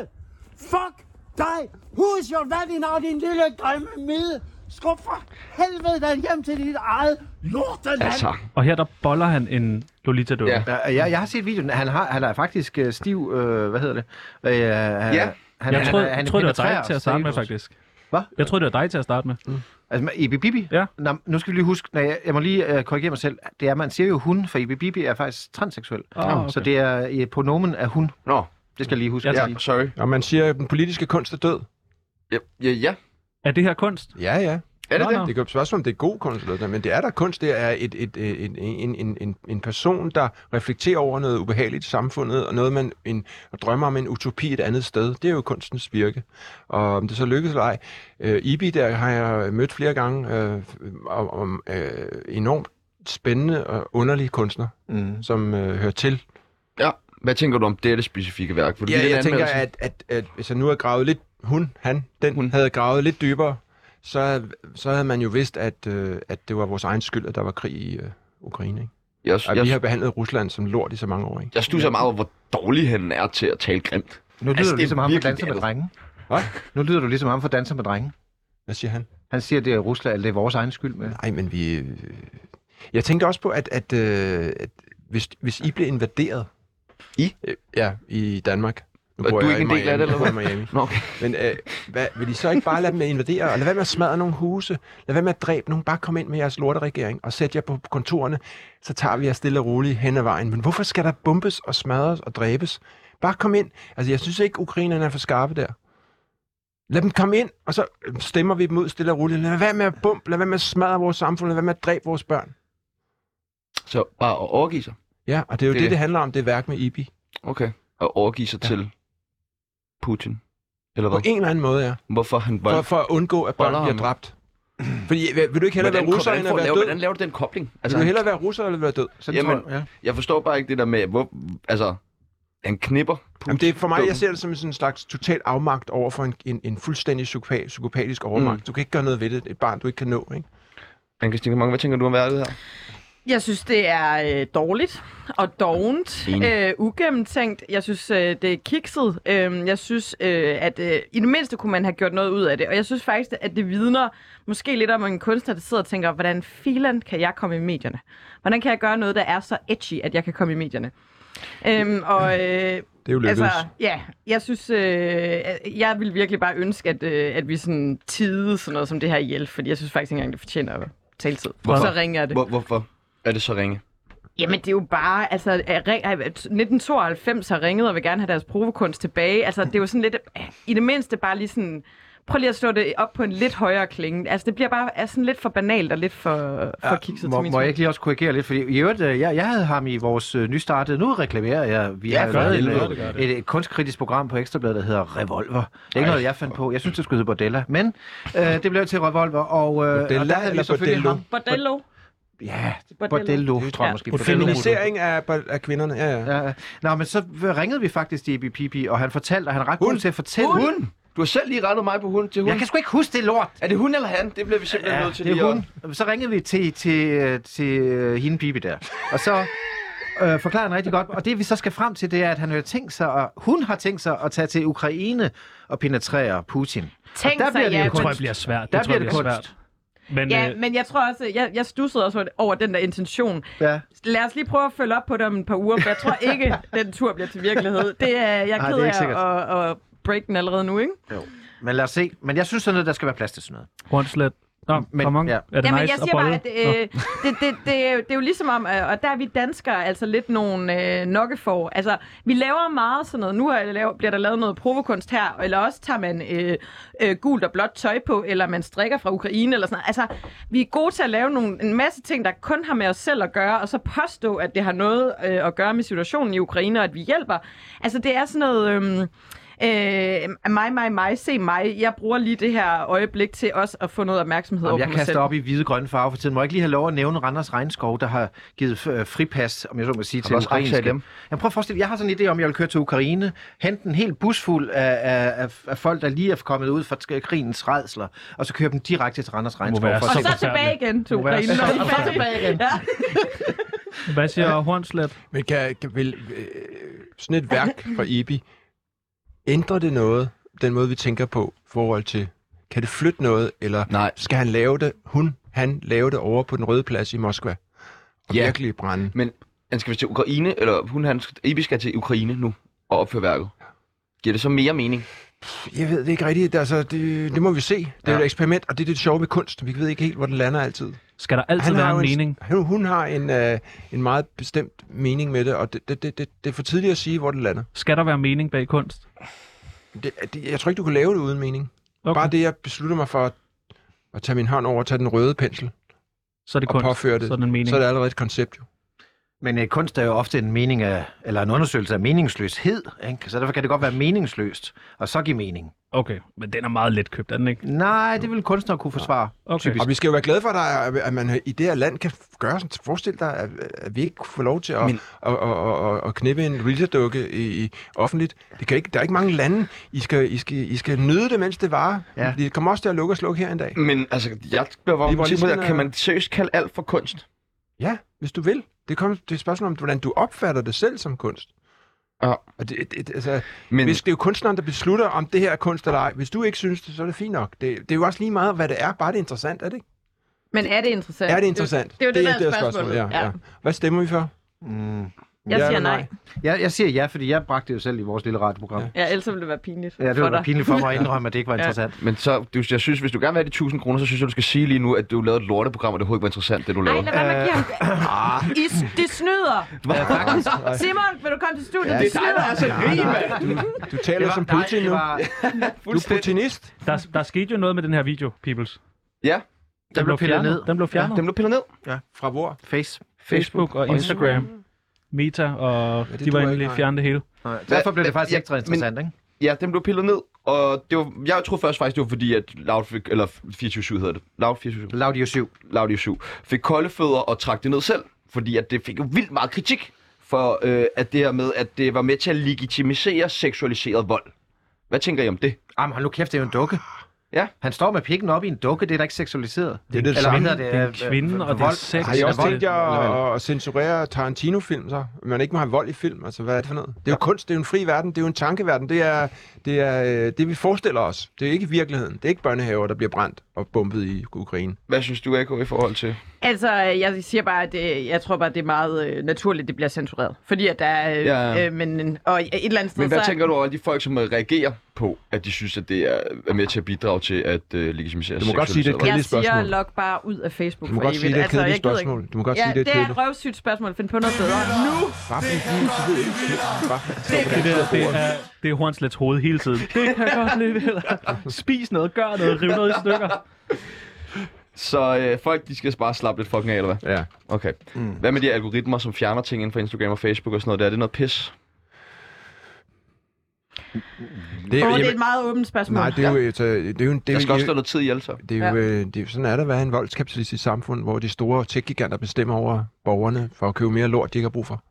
Speaker 9: Fuck dig! Hus your valley now, din lille grimme mide! Skub for helvede dig hjem til dit eget lorteland!
Speaker 1: Altså,
Speaker 2: Og her der boller han en lolita dukke
Speaker 1: Ja.
Speaker 2: ja.
Speaker 4: Ja, jeg, jeg har set videoen. Han, har, han er faktisk øh, stiv, øh, hvad hedder det? Øh, ja. Han,
Speaker 1: Jeg
Speaker 2: Jeg troede,
Speaker 4: er-
Speaker 2: han, troede, det var
Speaker 4: penetrerer
Speaker 2: dig til at starte med,
Speaker 4: os.
Speaker 2: faktisk.
Speaker 4: Hvad?
Speaker 2: Jeg troede, det var dig til at starte med.
Speaker 4: Altså, med Ibi Bibi?
Speaker 2: Ja.
Speaker 4: Nå, nu skal vi lige huske, nej, jeg, jeg må lige øh, korrigere mig selv. Det er, man siger jo hun, for Ibi Bibi er faktisk transseksuel.
Speaker 2: Ah, okay.
Speaker 4: Så det er øh, pronomen af hun.
Speaker 1: nå,
Speaker 4: Det skal jeg lige huske.
Speaker 2: Ja,
Speaker 4: at
Speaker 1: ja,
Speaker 4: sige.
Speaker 1: sorry.
Speaker 5: Og man siger, at den politiske kunst er død.
Speaker 1: Ja, ja, ja.
Speaker 2: Er det her kunst?
Speaker 5: Ja, ja.
Speaker 1: Er det
Speaker 2: Nå,
Speaker 1: det?
Speaker 2: nå.
Speaker 5: Det kan jo spørgsmål, om det er god kunst eller noget, men det er der kunst. Det er et, et, et, en, en, en, en, en person, der reflekterer over noget ubehageligt i samfundet, og noget, man en, og drømmer om en utopi et andet sted. Det er jo kunstens virke. Og om det så lykkes eller ej. Øh, Ibi, der har jeg mødt flere gange, øh, om, om øh, enormt spændende og underlig kunstner,
Speaker 4: Mm.
Speaker 5: som øh, hører til
Speaker 1: Ja. Hvad tænker du om dette specifikke værk? For du
Speaker 5: Ja,
Speaker 1: lige
Speaker 5: jeg tænker,
Speaker 1: anmeldelse.
Speaker 5: at, at, at hvis jeg nu havde gravet lidt, hun, han, den hun. havde gravet lidt dybere, så, så havde man jo vidst, at, øh, at det var vores egen skyld, at der var krig i øh, Ukraine. Ikke?
Speaker 1: Jeg,
Speaker 5: Og
Speaker 1: jeg,
Speaker 5: vi har behandlet Rusland som lort i så mange år. Ikke?
Speaker 1: jeg stusser meget over, hvor dårlig han er til at tale grimt.
Speaker 4: Nu lyder
Speaker 1: Altså,
Speaker 4: altså,
Speaker 1: det er
Speaker 4: du ligesom ham for
Speaker 1: virkelig
Speaker 4: Danser med
Speaker 1: galt.
Speaker 4: drenge.
Speaker 5: Hvad?
Speaker 4: Nu lyder du ligesom ham for Danser med drenge.
Speaker 5: Hvad siger han?
Speaker 4: Han siger, det er Rusland, eller det er vores egen skyld. Med.
Speaker 5: Nej, men vi... øh, Jeg tænkte også på, at, at, øh, at hvis, hvis I blev invaderet...
Speaker 1: I?
Speaker 5: Øh, Ja, i Danmark. Nu
Speaker 1: Og
Speaker 5: bor
Speaker 1: du er
Speaker 5: jeg
Speaker 1: ikke en
Speaker 5: i
Speaker 1: del af
Speaker 5: Miami.
Speaker 1: det, eller
Speaker 5: Jeg bor i Miami.
Speaker 1: Nå, okay.
Speaker 5: Men øh, hvad, vil I så ikke bare lade dem invadere, og lade være med at smadre nogle huse, lad være med at dræbe nogen, bare kom ind med jeres lorteregering og sæt jer på kontorerne, så tager vi jer stille og roligt hen ad vejen. Men hvorfor skal der bombes og smadres og dræbes? Bare kom ind. Altså, jeg synes ikke, ukrainerne er for skarpe der. Lad dem komme ind, og så øh, stemmer vi dem ud stille og roligt. Lad være med at bombe, lad være med at smadre vores samfund, lad være med at dræbe vores børn.
Speaker 1: Så bare at overgive sig.
Speaker 5: Ja, og det er jo
Speaker 1: Det
Speaker 5: det,
Speaker 1: er
Speaker 5: det,
Speaker 1: det.
Speaker 5: det handler om, det værk med Ibi.
Speaker 1: Okay. At overgive sig ja. til Putin. Eller
Speaker 5: På
Speaker 1: hvad?
Speaker 5: en eller anden måde, ja.
Speaker 1: Hvorfor han var...
Speaker 5: For, for at undgå, at børn
Speaker 1: Volder
Speaker 5: bliver
Speaker 1: ham.
Speaker 5: dræbt. Fordi, øh, vil du ikke hellere være russer, end at
Speaker 1: hvordan,
Speaker 5: være
Speaker 1: lave,
Speaker 5: død?
Speaker 1: hvordan laver du den kobling?
Speaker 5: Altså,
Speaker 1: Altså,
Speaker 5: vil du hellere være russer eller være død?
Speaker 4: Sådan
Speaker 1: Jamen-
Speaker 4: tror jeg. Ja.
Speaker 1: jeg forstår bare ikke det der med, hvor... Altså, Han knipper. Putin.
Speaker 5: Jamen, det er for mig, jeg ser det som sådan en slags total afmagt over for en, en, en fuldstændig psykopat, psykopatisk overmagt. Mm. Du kan ikke gøre noget ved det. Det er et barn, du ikke kan nå. Ikke?
Speaker 1: Han kan stikke mange. Hvad tænker du om værket her?
Speaker 3: Jeg synes, det er øh, dårligt og dovent,
Speaker 1: Enig.
Speaker 3: øh, ugennemtænkt. Jeg synes, øh, det er kikset. Øh, jeg synes, øh, at øh, i det mindste kunne man have gjort noget ud af det. Og jeg synes faktisk, at det vidner måske lidt om en kunstner, der sidder og tænker, hvordan filan kan jeg komme i medierne? Hvordan kan jeg gøre noget, der er så edgy, at jeg kan komme i medierne? Øhm, og øh,
Speaker 5: Det er jo lykkedes.
Speaker 3: Altså,
Speaker 5: Altså...
Speaker 3: ja, jeg synes, øh, jeg ville virkelig bare ønske, at, øh, at vi sådan tidede sådan noget som det her ihjel, fordi jeg synes faktisk ikke engang, det fortjener taletid.
Speaker 1: Hvorfor?
Speaker 3: Så ringer jeg det.
Speaker 1: Hvor, hvorfor er det så ringe?
Speaker 3: Jamen, det er jo bare, altså, at ring- at 1992 har ringet og vil gerne have deres provokunst tilbage. Altså, det er jo sådan lidt, i det mindste bare lige sådan, prøv lige at slå det op på en lidt højere klinge. Altså, det bliver bare er sådan lidt for banalt og lidt for, for ja, kikset
Speaker 4: må,
Speaker 3: til min
Speaker 4: må jeg
Speaker 3: smag.
Speaker 4: ikke lige også korrigere lidt? Fordi i øvrigt, øh, jeg, jeg havde ham i vores øh, nystartede... Nu reklamerer jeg. Vi
Speaker 1: Ja,
Speaker 4: har
Speaker 1: gør
Speaker 4: lavet
Speaker 1: det,
Speaker 4: en,
Speaker 1: gør
Speaker 4: øh,
Speaker 1: det, gør
Speaker 4: et, et kunstkritisk program på Ekstrabladet, der hedder Revolver. Det er ikke noget, jeg fandt på. Jeg synes, det skulle hedde Bordella. Men øh, det blev til Revolver, og, øh,
Speaker 5: Bordella
Speaker 4: og der havde vi
Speaker 5: eller
Speaker 4: selvfølgelig
Speaker 5: Bordello?
Speaker 4: ham.
Speaker 3: Bordello?
Speaker 4: Ja,
Speaker 3: Bordello.
Speaker 4: Bordello, tror jeg måske.
Speaker 5: En feminisering af, af kvinderne. Ja, ja.
Speaker 4: Ja, ja. Nå, men så ringede vi faktisk til Ibi Pipi, og han fortalte, og han er ret god til at fortælle.
Speaker 1: Hun! Du har selv lige rettet mig på hun til hun.
Speaker 4: Jeg kan sgu ikke huske det lort.
Speaker 1: Er det hun eller han? Det bliver vi simpelthen
Speaker 4: Ja,
Speaker 1: nødt til
Speaker 4: det
Speaker 1: lige
Speaker 4: er
Speaker 1: at-
Speaker 4: hun. Så ringede vi til, til, øh, til øh, hende Bibi der. Og så øh, forklarer han rigtig godt. Og det vi så skal frem til, det er, at han har tænkt sig, at, hun har tænkt sig at tage til Ukraine og penetrere Putin.
Speaker 3: Tænk
Speaker 4: Og der
Speaker 3: sig,
Speaker 4: bliver det jo
Speaker 2: Det
Speaker 3: ja,
Speaker 4: kun-
Speaker 2: tror
Speaker 3: men,
Speaker 2: jeg bliver svært.
Speaker 4: Der
Speaker 2: Det tror jeg
Speaker 4: bliver
Speaker 2: bliver
Speaker 4: det
Speaker 2: svært. Men,
Speaker 3: ja,
Speaker 2: øh,
Speaker 3: men jeg tror også, jeg, jeg stussede også over den der intention.
Speaker 4: Ja.
Speaker 3: Lad os lige prøve at følge op på det om et par uger, for jeg tror ikke, den tur bliver til virkelighed. Det er, jeg
Speaker 4: Nej,
Speaker 3: er
Speaker 4: det er
Speaker 3: ked
Speaker 4: ikke sikkert.
Speaker 3: af at, at break den allerede nu, ikke?
Speaker 4: Men lad os se. Men jeg synes sådan noget, der skal være plads til sådan noget.
Speaker 2: Hornslet. Nå,
Speaker 4: Men-
Speaker 2: men,
Speaker 4: ja.
Speaker 2: ja. Er det
Speaker 3: Jamen,
Speaker 2: nice
Speaker 3: jeg
Speaker 2: at
Speaker 3: siger bare,
Speaker 2: bolle?
Speaker 3: at øh, det, det, det, er jo- det er jo ligesom om, øh, og der er vi danskere altså lidt nogle øh, nokkefor. Altså, vi laver meget sådan noget. Nu er der lavet, bliver der lavet noget provokunst her, eller også tager man øh, øh, gult og blåt tøj på, eller man strikker fra Ukraine, eller sådan noget. Altså, vi er gode til at lave nogle, en masse ting, der kun har med os selv at gøre, og så påstå, at det har noget øh, at gøre med situationen i Ukraine, og at vi hjælper. Altså, det er sådan noget... Øh, Øh, mig, mig, mig, se mig. Jeg bruger lige det her øjeblik til også at få noget opmærksomhed
Speaker 4: Om
Speaker 3: over
Speaker 4: jeg
Speaker 3: på mig
Speaker 4: kaster
Speaker 3: selv.
Speaker 4: op i hvide grønne farver for tiden. Må jeg ikke lige have lov at nævne Randers Regnskov, der har givet øh, fripas, om jeg så må sige,
Speaker 1: du
Speaker 4: til
Speaker 1: også aktier i dem?
Speaker 4: Jeg prøver at forestille jeg har sådan en idé om, at jeg vil køre til Ukraine, hente en hel bus fuld af, af, af, af folk, der lige er kommet ud fra sk- krigens redsler, og så køre dem direkte til Randers Regnskov.
Speaker 2: være
Speaker 4: For
Speaker 2: så
Speaker 4: at
Speaker 3: Og
Speaker 4: se-
Speaker 2: forfærdeligt.
Speaker 3: så tilbage igen til Ukraine.
Speaker 2: Det må
Speaker 3: Og så tilbage igen. Ja.
Speaker 2: Hvad siger Hornslet?
Speaker 5: Men kan, kan vil, øh, sådan et værk fra Ibi, ændrer det noget, den måde vi tænker på i forhold til, kan det flytte noget, eller
Speaker 1: Nej.
Speaker 5: skal han lave det, hun, han lave det over på den røde plads i Moskva? Og
Speaker 1: Ja.
Speaker 5: ja. virkelig brænde.
Speaker 1: Men han skal til Ukraine, eller hun, han skal, Ibi skal til Ukraine nu og opføre værket. Giver det så mere mening?
Speaker 5: Jeg ved det ikke rigtigt, altså det, det må vi se. Det er
Speaker 1: Ja.
Speaker 5: ja. et eksperiment, og det er det sjove ved kunst. Vi ved ikke helt, hvor den lander altid.
Speaker 2: Skal der altid være
Speaker 5: jo
Speaker 2: en mening?
Speaker 5: Han, hun har en, øh, en meget bestemt mening med det, og det, det, det, det, det er for tidligt at sige, hvor den lander.
Speaker 2: Skal der være mening bag kunst?
Speaker 5: Det, det, jeg tror ikke, du kan lave det uden mening. Okay. Bare det, jeg beslutter mig for at, at tage min hånd over og tage den røde pensel,
Speaker 2: så er det
Speaker 5: og
Speaker 2: kunst.
Speaker 5: påføre det.
Speaker 2: Så er det en mening.
Speaker 5: så er det allerede et koncept jo.
Speaker 4: Men øh, kunst er jo ofte en mening af, eller en undersøgelse af meningsløshed, ikke? så derfor kan det godt være meningsløst, og så give mening.
Speaker 2: Okay, men den er meget let købt, er den ikke?
Speaker 4: Nej, det vil kunstnere kunne forsvare.
Speaker 2: Okay.
Speaker 5: Og vi skal jo være glade for, at, der er, at man i det her land kan gøre sådan. Forestil dig, at, at vi ikke får lov til at,
Speaker 1: Men-
Speaker 5: Men... at, at, at, at, at knippe en Rita-dukke i, i offentligt. Det kan ikke, der er ikke mange lande. I skal, I skal, I skal nyde det, mens det varer.
Speaker 4: Ja.
Speaker 5: Ja. Det kommer også til at lukke og slukke her en dag.
Speaker 1: Men altså, jeg bliver
Speaker 5: Lige hvor
Speaker 1: bare på,
Speaker 5: lige
Speaker 1: at kan
Speaker 5: sådan er-
Speaker 1: man seriøst kalde alt for kunst?
Speaker 5: Ja, hvis du vil. Det kommer til et spørgsmål om, hvordan du opfatter det selv som kunst.
Speaker 1: Ja.
Speaker 5: Og det, det, altså,
Speaker 1: Men,
Speaker 5: Hvis det er jo kunstneren, der beslutter, om det her er kunst eller ej. Hvis du ikke synes det, så er det fint nok. Det, det er jo også lige meget, hvad det er. Bare det er interessant, er det ikke?
Speaker 3: Men er det interessant?
Speaker 5: Er det interessant?
Speaker 3: det er jo det, der er spørgsmålet.
Speaker 5: Ja,
Speaker 3: Ja.
Speaker 5: ja. Hvad stemmer vi for?
Speaker 4: Mm.
Speaker 3: Jeg
Speaker 5: Ja
Speaker 3: siger
Speaker 5: eller
Speaker 3: nej.
Speaker 4: Jeg, jeg siger ja, fordi jeg bragte det jo selv i vores lille radioprogram. Ja,
Speaker 3: Ja, ellers ville det være pinligt
Speaker 4: ja det
Speaker 3: for
Speaker 4: var
Speaker 3: dig.
Speaker 4: pinligt for mig at indrømme, at det ikke var
Speaker 3: Ja.
Speaker 4: interessant.
Speaker 1: men så, du, jeg synes, hvis du gerne vil have de 1000 kroner, så synes jeg, du skal sige lige nu, at du lavede et lorteprogram, og det overhovedet ikke var interessant, det du
Speaker 3: Nej,
Speaker 1: lavede.
Speaker 3: lad være med at give
Speaker 5: Øh,
Speaker 3: ham...
Speaker 5: ah.
Speaker 3: I, s- det snyder! Simon, vil du komme til studiet? det snyder!
Speaker 5: Du taler som Putin nu.
Speaker 4: var,
Speaker 5: Du er putinist.
Speaker 2: Der, der skete jo noget med den her video, Peoples.
Speaker 1: Ja,
Speaker 4: der blev pillet ned.
Speaker 2: Den blev fjernet.
Speaker 1: dem blev pillet ned.
Speaker 5: Fra hvor?
Speaker 4: Face.
Speaker 2: Facebook og Instagram. Meta, og
Speaker 5: det
Speaker 2: de var
Speaker 5: duer
Speaker 2: egentlig
Speaker 5: ikke, nej.
Speaker 2: fjerne det hele.
Speaker 4: Nej, derfor blev det
Speaker 1: Hva-
Speaker 4: faktisk
Speaker 1: ja,
Speaker 4: ekstra
Speaker 1: men-
Speaker 4: interessant, ikke?
Speaker 1: Ja, den blev pillet ned, og det var, jeg troede først faktisk, det var fordi, at Loud fik, eller 24 hedder det, Loud 24
Speaker 4: Laudio 7.
Speaker 1: Laudio 7, fik kolde fødder og trak det ned selv, fordi at det fik jo vildt meget kritik for øh, at det her med, at det var med til at legitimisere seksualiseret vold. Hvad tænker I om det?
Speaker 4: Jamen, hold nu kæft, det er jo en dukke.
Speaker 1: Ja.
Speaker 4: Han står med pikken op i en dukke, det er da ikke seksualiseret.
Speaker 5: Det er det
Speaker 4: Eller hvad
Speaker 5: samme.
Speaker 4: hedder det?
Speaker 2: Det er en
Speaker 4: Øh, øh,
Speaker 2: kvinde, og det er
Speaker 4: vold.
Speaker 2: sex.
Speaker 5: Har I også
Speaker 2: vold.
Speaker 5: tænkt jer at, at censurere Tarantino-film så? Man ikke må have vold i film, altså hvad er det for noget? Det er jo kunst, det er jo en fri verden, det er jo en tankeverden, det er det, er, øh, det vi forestiller os. Det er ikke virkeligheden, det er ikke børnehaver, der bliver brændt og bombet i Ukraine.
Speaker 1: Hvad synes du, AK, i forhold til?
Speaker 3: Altså, jeg siger bare, at det, jeg tror bare, det er meget øh, naturligt, det bliver censureret. Fordi at der er... Øh,
Speaker 1: Ja.
Speaker 3: ja. øh, men, og et eller andet sted,
Speaker 1: Men hvad
Speaker 3: så...
Speaker 1: tænker du over de folk, som øh, reagerer på, at de synes, at det er, er med til at bidrage til at øh, legitimisere
Speaker 5: Du må godt sige, det er
Speaker 1: seksualiseret
Speaker 5: et
Speaker 1: vold?
Speaker 3: jeg
Speaker 5: kedeligt
Speaker 3: siger,
Speaker 5: spørgsmål.
Speaker 3: log bare ud af Facebook
Speaker 5: Du må
Speaker 3: for
Speaker 5: godt
Speaker 3: evigt.
Speaker 5: sige, det er et
Speaker 3: Altså, jeg
Speaker 5: kedeligt
Speaker 3: gider ikke-
Speaker 5: spørgsmål. Du må godt
Speaker 3: Ja,
Speaker 5: sige, det er et
Speaker 3: det er et
Speaker 5: kedeligt.
Speaker 3: røvsygt spørgsmål. Find på noget bedre. Nu!
Speaker 5: Bare fordi du ikke ved ikke, bare fordi du
Speaker 2: Det,
Speaker 5: ikke
Speaker 2: der,
Speaker 5: ved
Speaker 2: det,
Speaker 5: ordet.
Speaker 2: er, det er Hornslets hoved hele tiden. Det kan jeg godt leve. Spis noget, gør noget, riv noget i stykker.
Speaker 1: Så øh, folk, de skal bare slappe lidt fucking af, eller hvad?
Speaker 5: Ja.
Speaker 1: Okay. Mm. Hvad med de algoritmer, som fjerner ting inden for Instagram og Facebook og sådan noget? Der? Er det noget pis?
Speaker 5: Det,
Speaker 3: Åh,
Speaker 5: er-
Speaker 3: oh, det er
Speaker 5: jamen,
Speaker 3: et meget åbent spørgsmål.
Speaker 5: nej, det er jo... et, øh, Det er jo, en- det er
Speaker 1: Der
Speaker 5: jo,
Speaker 1: skal også
Speaker 5: en-
Speaker 1: stå noget tid altså. ihjel, så.
Speaker 5: Det er jo, øh, det er, jo- sådan er der at være en voldskapitalistisk samfund, hvor de store tech-giganter bestemmer over borgerne for at købe mere lort, de ikke har brug for.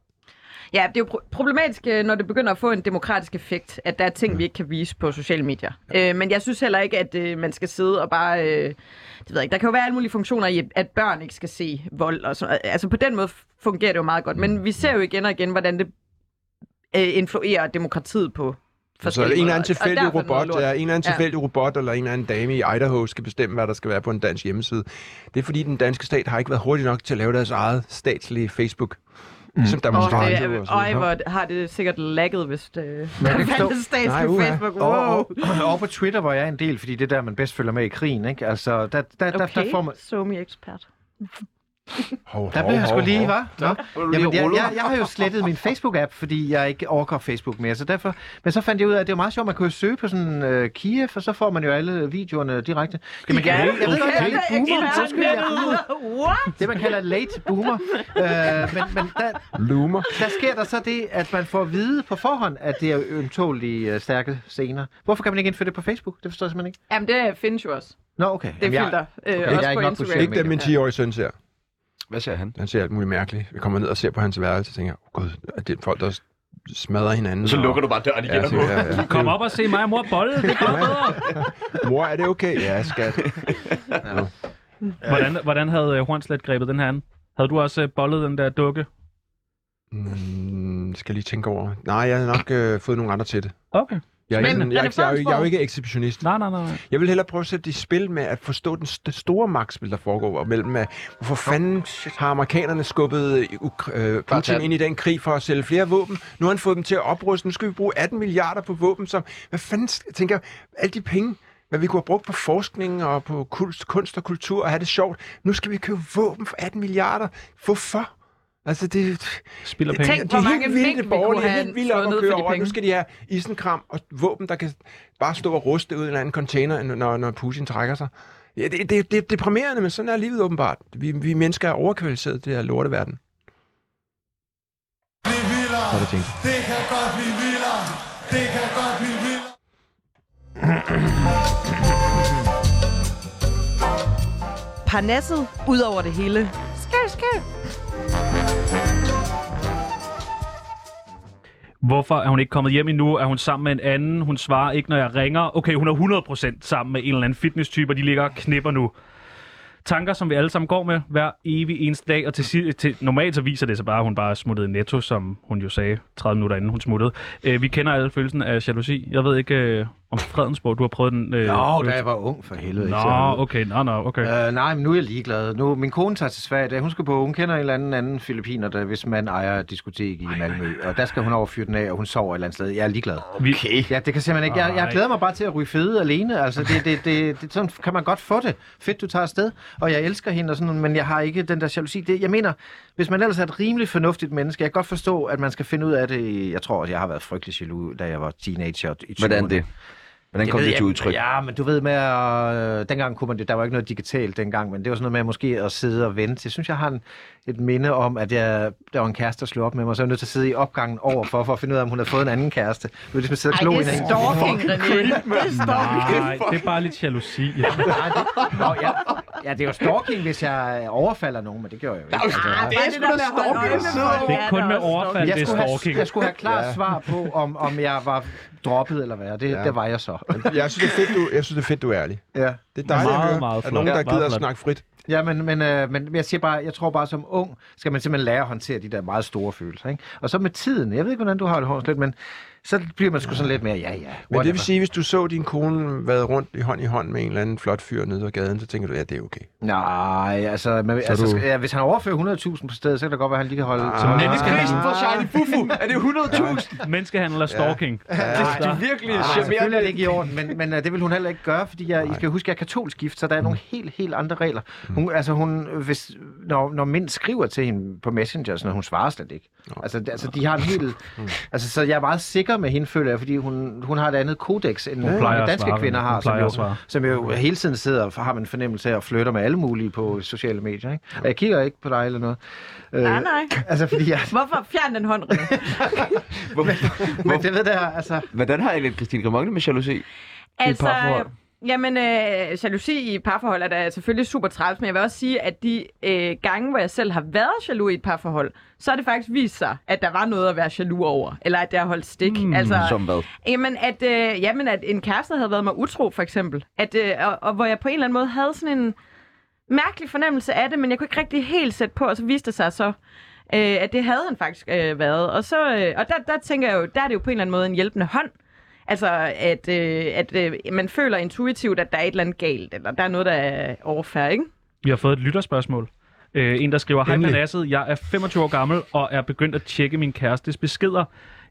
Speaker 3: Ja, det er jo pro- problematisk, øh, når det begynder at få en demokratisk effekt, at der er ting, vi ikke kan vise på sociale medier. Øh, men jeg synes heller ikke, at øh, man skal sidde og bare... Øh, det ved jeg ikke. Der kan jo være alle mulige funktioner i, at børn ikke skal se vold og sådan noget. Altså på den måde fungerer det jo meget godt. Men vi ser jo igen og igen, hvordan det øh, influerer demokratiet på
Speaker 5: Så en
Speaker 3: forskellige
Speaker 5: eller
Speaker 3: måder.
Speaker 5: anden
Speaker 3: Og
Speaker 5: tilfældig
Speaker 3: derfor noget
Speaker 5: robot,
Speaker 3: lort.
Speaker 5: ja, en eller anden
Speaker 3: Ja.
Speaker 5: tilfældig robot eller en eller anden dame i Idaho skal bestemme, hvad der skal være på en dansk hjemmeside. Det er fordi, den danske stat har ikke været hurtig nok til at lave deres eget statslige Facebook. Mm. Ligesom der var
Speaker 3: Og det,
Speaker 5: radio og
Speaker 3: er-
Speaker 5: sådan
Speaker 3: øj,
Speaker 5: noget.
Speaker 3: hvor har det sikkert lagget, hvis øh, det,
Speaker 4: Men jeg
Speaker 3: der
Speaker 4: kan forstå-
Speaker 3: fandt en
Speaker 5: Nej,
Speaker 3: statslig
Speaker 5: uha.
Speaker 3: Facebook. Wow.
Speaker 4: Og, og, og på Twitter, hvor jeg er en del, fordi det er der, man bedst følger med i krigen, ikke? Altså, der, der, der, der, der får man...
Speaker 3: somi-ekspert.
Speaker 5: Hov,
Speaker 4: Der blev
Speaker 5: hov,
Speaker 4: jeg sgu
Speaker 5: hov,
Speaker 4: lige,
Speaker 5: hov.
Speaker 4: hva'? Nå.
Speaker 1: du lige
Speaker 4: Jamen, jeg,
Speaker 1: rullet.
Speaker 4: jeg, jeg har jo slettet min Facebook-app, fordi jeg ikke overgår Facebook mere, så derfor... Men så fandt jeg ud af, at det var meget sjovt, man kunne jo søge på sådan øh, Kiev, og så får man jo alle videoerne direkte. Det, man kalder, jeg ved
Speaker 3: Okay.
Speaker 4: ikke,
Speaker 3: Okay.
Speaker 4: boomer, undskyld, jeg er boomer.
Speaker 3: What?
Speaker 4: Det, man kalder late boomer. Øh, men men der,
Speaker 5: Loomer.
Speaker 4: der sker der så det, at man får at vide på forhånd, at det er ømtålige øh, stærke scener. Hvorfor kan man ikke indføre det på Facebook? Det forstår jeg simpelthen ikke.
Speaker 3: Jamen, det findes jo også.
Speaker 4: Nå, okay.
Speaker 3: Det
Speaker 4: jeg-
Speaker 3: filter. Øh,
Speaker 4: okay,
Speaker 3: også
Speaker 4: jeg er
Speaker 3: på
Speaker 4: ikke nok på
Speaker 3: Instagram.
Speaker 4: social
Speaker 5: Ikke den, min 10-årige søn ser.
Speaker 1: Hvad siger han?
Speaker 5: Han ser alt muligt mærkeligt. Vi kommer ned og ser på hans værelse og tænker, oh, gud, er det er folk, der s- smadrer hinanden.
Speaker 1: Så
Speaker 5: og-
Speaker 1: lukker du bare døren igen
Speaker 5: Ja,
Speaker 1: og
Speaker 5: så-
Speaker 1: går.
Speaker 5: ja, ja.
Speaker 2: Kom op og se mig og mor bolle. Det går bedre.
Speaker 5: Mor, er det okay? Ja, skat.
Speaker 2: Hvordan, hvordan havde øh, Hornslet grebet den her an? Havde du også øh, bollet den der dukke?
Speaker 5: Mm, skal jeg lige tænke over. Nej, jeg har nok øh, fået nogle andre til det.
Speaker 2: Okay.
Speaker 5: Jeg er, ikke
Speaker 3: Men
Speaker 5: sådan, jeg, er ikke- jeg, er jo ikke- jeg er jo ikke exhibitionist.
Speaker 2: Nej, nej, nej. nej.
Speaker 5: Jeg vil hellere prøve at sætte det i spil med at forstå den st- store magtspil, der foregår, og mellem at, hvorfor fanden har amerikanerne skubbet øh, Uk- øh,
Speaker 1: tag
Speaker 5: Putin
Speaker 1: den.
Speaker 5: ind i den krig for at sælge flere våben. Nu har han fået dem til at opruste. Nu skal vi bruge 18 milliarder på våben, som... Hvad fanden sk- jeg tænker jeg? Alle de penge, hvad vi kunne have brugt på forskning og på kunst, kunst og kultur og have det sjovt. Nu skal vi købe våben for 18 milliarder. Hvorfor? Altså, det,
Speaker 2: Spiller
Speaker 5: det,
Speaker 2: penge.
Speaker 3: Tænk,
Speaker 5: det er
Speaker 3: hvor
Speaker 5: helt
Speaker 3: mange
Speaker 5: vildt,
Speaker 3: mink
Speaker 5: det
Speaker 3: vi
Speaker 5: borgerlige
Speaker 3: kunne
Speaker 5: er
Speaker 3: have
Speaker 5: helt vildt op
Speaker 3: slået
Speaker 5: at
Speaker 3: ned
Speaker 5: køre
Speaker 3: for de
Speaker 5: over. Nu
Speaker 3: penge.
Speaker 5: skal de have isenkram og våben, der kan bare stå og ruste ud i en eller anden container, når, når Putin trækker sig. Ja, det, det, det er deprimerende, men sådan er livet åbenbart. Vi, vi mennesker er overkvalificerede til det her lorteverden. Så er det tænkt.
Speaker 6: Parnasset ud over det hele. Skøv, skøv.
Speaker 2: Hvorfor er hun ikke kommet hjem endnu? Er hun sammen med en anden? Hun svarer ikke, når jeg ringer. Okay, hun er 100% sammen med en eller anden fitness-type, og de ligger og knipper nu. Tanker, som vi alle sammen går med hver evig eneste dag, og til, si- til normalt så viser det sig bare, at hun bare er smuttet i netto, som hun jo sagde 30 minutter inden hun smuttede. Øh, vi kender alle følelsen af jalousi. Jeg ved ikke øh, om Fredensborg, du har prøvet den. Øh,
Speaker 4: Nå, da
Speaker 2: følelse.
Speaker 4: jeg var ung, for helvede. ikke så-
Speaker 2: Nå, okay, nå, nå, okay.
Speaker 4: Øh, nej, men nu er jeg ligeglad. Nu, min kone tager til Sverige, da hun skal på. Hun kender en eller anden, anden filippiner, der, hvis man ejer et diskotek i Malmø. Og der skal hun over fyre den af, og hun sover et eller andet sted. Jeg er ligeglad.
Speaker 1: Okay.
Speaker 4: Ja, det kan simpelthen ikke. Jeg, jeg
Speaker 2: Ej.
Speaker 4: glæder mig bare til at ryge fede alene. Altså, det, det, det, det, sådan kan man godt få det. Fedt, du tager afsted. Og jeg elsker hende, og sådan, men jeg har ikke den der jalousi. Det, jeg mener, hvis man ellers er et rimelig fornuftigt menneske, jeg kan godt forstå, at man skal finde ud af det. Jeg tror, at jeg har været frygtelig jaloux, da jeg var teenager. og i 20'erne.
Speaker 1: Hvordan det? Hvordan kom
Speaker 4: ved
Speaker 1: det
Speaker 4: jeg-
Speaker 1: til udtryk?
Speaker 4: Ja, men du ved med, at øh, dengang kunne man det, der var ikke noget digitalt dengang, men det var sådan noget med at måske at sidde og vente. Jeg synes, jeg har en, et minde om, at jeg, der var en kæreste, der slog op med mig, og så var jeg nødt til at sidde i opgangen overfor, for at finde ud af, om hun havde fået en anden kæreste. Det var ligesom at sidde og
Speaker 3: Ej,
Speaker 4: klo
Speaker 3: det
Speaker 4: hende.
Speaker 3: er stalking, René. Det er stalking.
Speaker 2: Nej, det er bare lidt jalousi.
Speaker 4: Nej, det- Nå, jeg, Ja, det er jo stalking, hvis jeg overfalder nogen, men det gjorde jeg jo ikke.
Speaker 3: Ah, det er sgu da stalking.
Speaker 2: Det er kun med overfald, det er
Speaker 4: jeg, skulle
Speaker 2: stalking.
Speaker 4: have, jeg skulle have klart
Speaker 5: Ja.
Speaker 4: svar på, om, om jeg var droppet eller hvad. Det,
Speaker 5: Ja.
Speaker 4: ja. det var jeg så.
Speaker 5: Jeg synes, det er fedt, du, jeg synes, det er, fedt, du er ærlig.
Speaker 4: Ja.
Speaker 5: Det er dejligt
Speaker 2: Meget,
Speaker 5: at høre,
Speaker 2: meget
Speaker 5: at
Speaker 2: flot.
Speaker 5: nogen, der
Speaker 2: Ja, meget
Speaker 5: gider at
Speaker 2: flot.
Speaker 5: snakke frit.
Speaker 4: Ja, men, men, øh, men jeg, siger bare, jeg tror bare, som ung skal man simpelthen lære at håndtere de der meget store følelser. Ikke? Og så med tiden, jeg ved ikke, hvordan du har det, Horst, lidt, men så bliver man sgu sådan lidt mere, ja, ja.
Speaker 5: Men det
Speaker 4: whatever.
Speaker 5: vil sige, hvis du så din kone været rundt i hånd i hånd med en eller anden flot fyr nede ad gaden, så tænker du, ja, det er okay.
Speaker 4: Nej, altså, men, altså
Speaker 5: du-
Speaker 4: skal, ja, hvis han overfører 100.000 på stedet, så kan det godt være, at han lige kan holde...
Speaker 5: Ah.
Speaker 4: så-
Speaker 1: Menneskekrisen for Charlie Fufu. Er det 100.000?
Speaker 2: Menneskehandel og stalking.
Speaker 1: De er virkelig
Speaker 4: Nej, selvfølgelig er det
Speaker 1: charmerende.
Speaker 4: ikke i orden, men, men uh, det vil hun heller ikke gøre, fordi jeg, I skal huske, jeg er katolsk gift, så der er nogle helt, helt andre regler. Hun, altså hun, øh, hvis, når, når mænd skriver til hende på Messenger, sådan, noget, hun svarer slet ikke. Altså, det- altså, de har en helt... altså, så jeg er meget sikker med hende, føler jeg, fordi hun, hun har et andet kodex, end mange
Speaker 2: plejer at
Speaker 4: danske
Speaker 2: svare,
Speaker 4: kvinder
Speaker 2: hun
Speaker 4: har, som
Speaker 2: plejer
Speaker 4: jo,
Speaker 2: at svare.
Speaker 4: som jo hele tiden sidder og har man fornemmelse af at flytte med alle mulige på sociale medier. Ikke? Og jeg kigger ikke på dig eller noget. Øh,
Speaker 3: Nej, nej.
Speaker 4: Altså, fordi jeg...
Speaker 3: Hvorfor fjern den hånd, Rikke?
Speaker 4: Men det ved jeg, altså...
Speaker 1: Hvordan har Ellen Christine Grimonte med jalousi?
Speaker 3: Altså,
Speaker 1: parforhold?
Speaker 3: jamen, øh, jalousi i parforhold er da selvfølgelig super træls, men jeg vil også sige, at de øh, gange, hvor jeg selv har været jaloux i et parforhold, så har det faktisk vist sig, at der var noget at være jaloux over, eller at det har holdt stik. Mm, altså,
Speaker 1: Som hvad?
Speaker 3: Jamen at, øh, jamen, at en kæreste havde været mig utro, for eksempel. At, øh, og, og hvor jeg på en eller anden måde havde sådan en mærkelig fornemmelse af det, men jeg kunne ikke rigtig helt sætte på, og så viste det sig så, øh, at det havde han faktisk øh, været. Og, så, øh, og der, der tænker jeg jo, der er det jo på en eller anden måde en hjælpende hånd. Altså, at, øh, at øh, man føler intuitivt, at der er et eller andet galt, eller der er noget, der er overfærd, ikke?
Speaker 2: Vi har fået et lytterspørgsmål. Øh, en, der skriver, Hej
Speaker 5: Endelig.
Speaker 2: Panasset, jeg er 25 år gammel og er begyndt at tjekke min kærestes beskeder.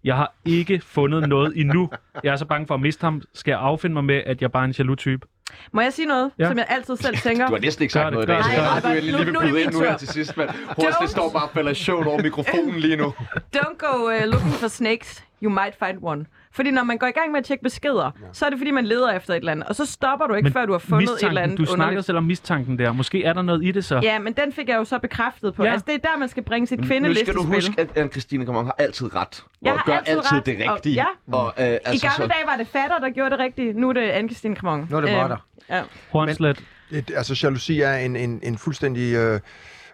Speaker 2: Jeg har ikke fundet noget endnu. Jeg er så bange for at miste ham. Skal jeg affinde mig med, at jeg bare er en jaloux type?
Speaker 3: Må jeg sige noget,
Speaker 2: Ja.
Speaker 3: som jeg altid selv tænker?
Speaker 1: Du har næsten ikke
Speaker 2: Gør
Speaker 1: sagt
Speaker 2: det,
Speaker 1: noget i
Speaker 2: gør
Speaker 1: dag.
Speaker 2: det, gør
Speaker 1: Nej,
Speaker 3: det.
Speaker 1: du er lige ved
Speaker 3: Nu- nu er det
Speaker 1: byde
Speaker 3: min
Speaker 1: ind nu her
Speaker 3: tur.
Speaker 1: til sidst, mand. Horst, det
Speaker 3: Jones.
Speaker 1: står bare og falder sjovt over mikrofonen lige nu.
Speaker 3: Don't go uh, looking for snakes. You might find one. Fordi når man går i gang med at tjekke beskeder, ja. så er det fordi, man leder efter et eller andet. Og så stopper du ikke, Men før du har fundet et
Speaker 2: mistanken,
Speaker 3: eller andet
Speaker 2: du snakkede
Speaker 3: underligt.
Speaker 2: selv om mistanken der. Måske er der noget i det så.
Speaker 3: Ja, men den fik jeg jo så bekræftet på.
Speaker 2: Ja.
Speaker 3: Ja. Altså, det er der, man skal bringe sit
Speaker 1: Nu
Speaker 3: kvindeliste
Speaker 1: skal du huske, at Anne-Christine Kamon har altid ret.
Speaker 3: Jeg
Speaker 1: og
Speaker 3: har
Speaker 1: gør
Speaker 3: altid
Speaker 1: altid
Speaker 3: ret,
Speaker 1: det
Speaker 3: og-
Speaker 1: rigtige.
Speaker 3: ja.
Speaker 1: Og, øh,
Speaker 3: I
Speaker 1: altså,
Speaker 3: gamle
Speaker 1: så-
Speaker 3: dage var det fatter, der gjorde det rigtigt. Nu er det Anne-Christine Kramon.
Speaker 4: Nu er det
Speaker 3: øh,
Speaker 4: rotter.
Speaker 3: ja.
Speaker 2: Hornslet.
Speaker 5: Et, altså, jalousi er en, en, en fuldstændig øh,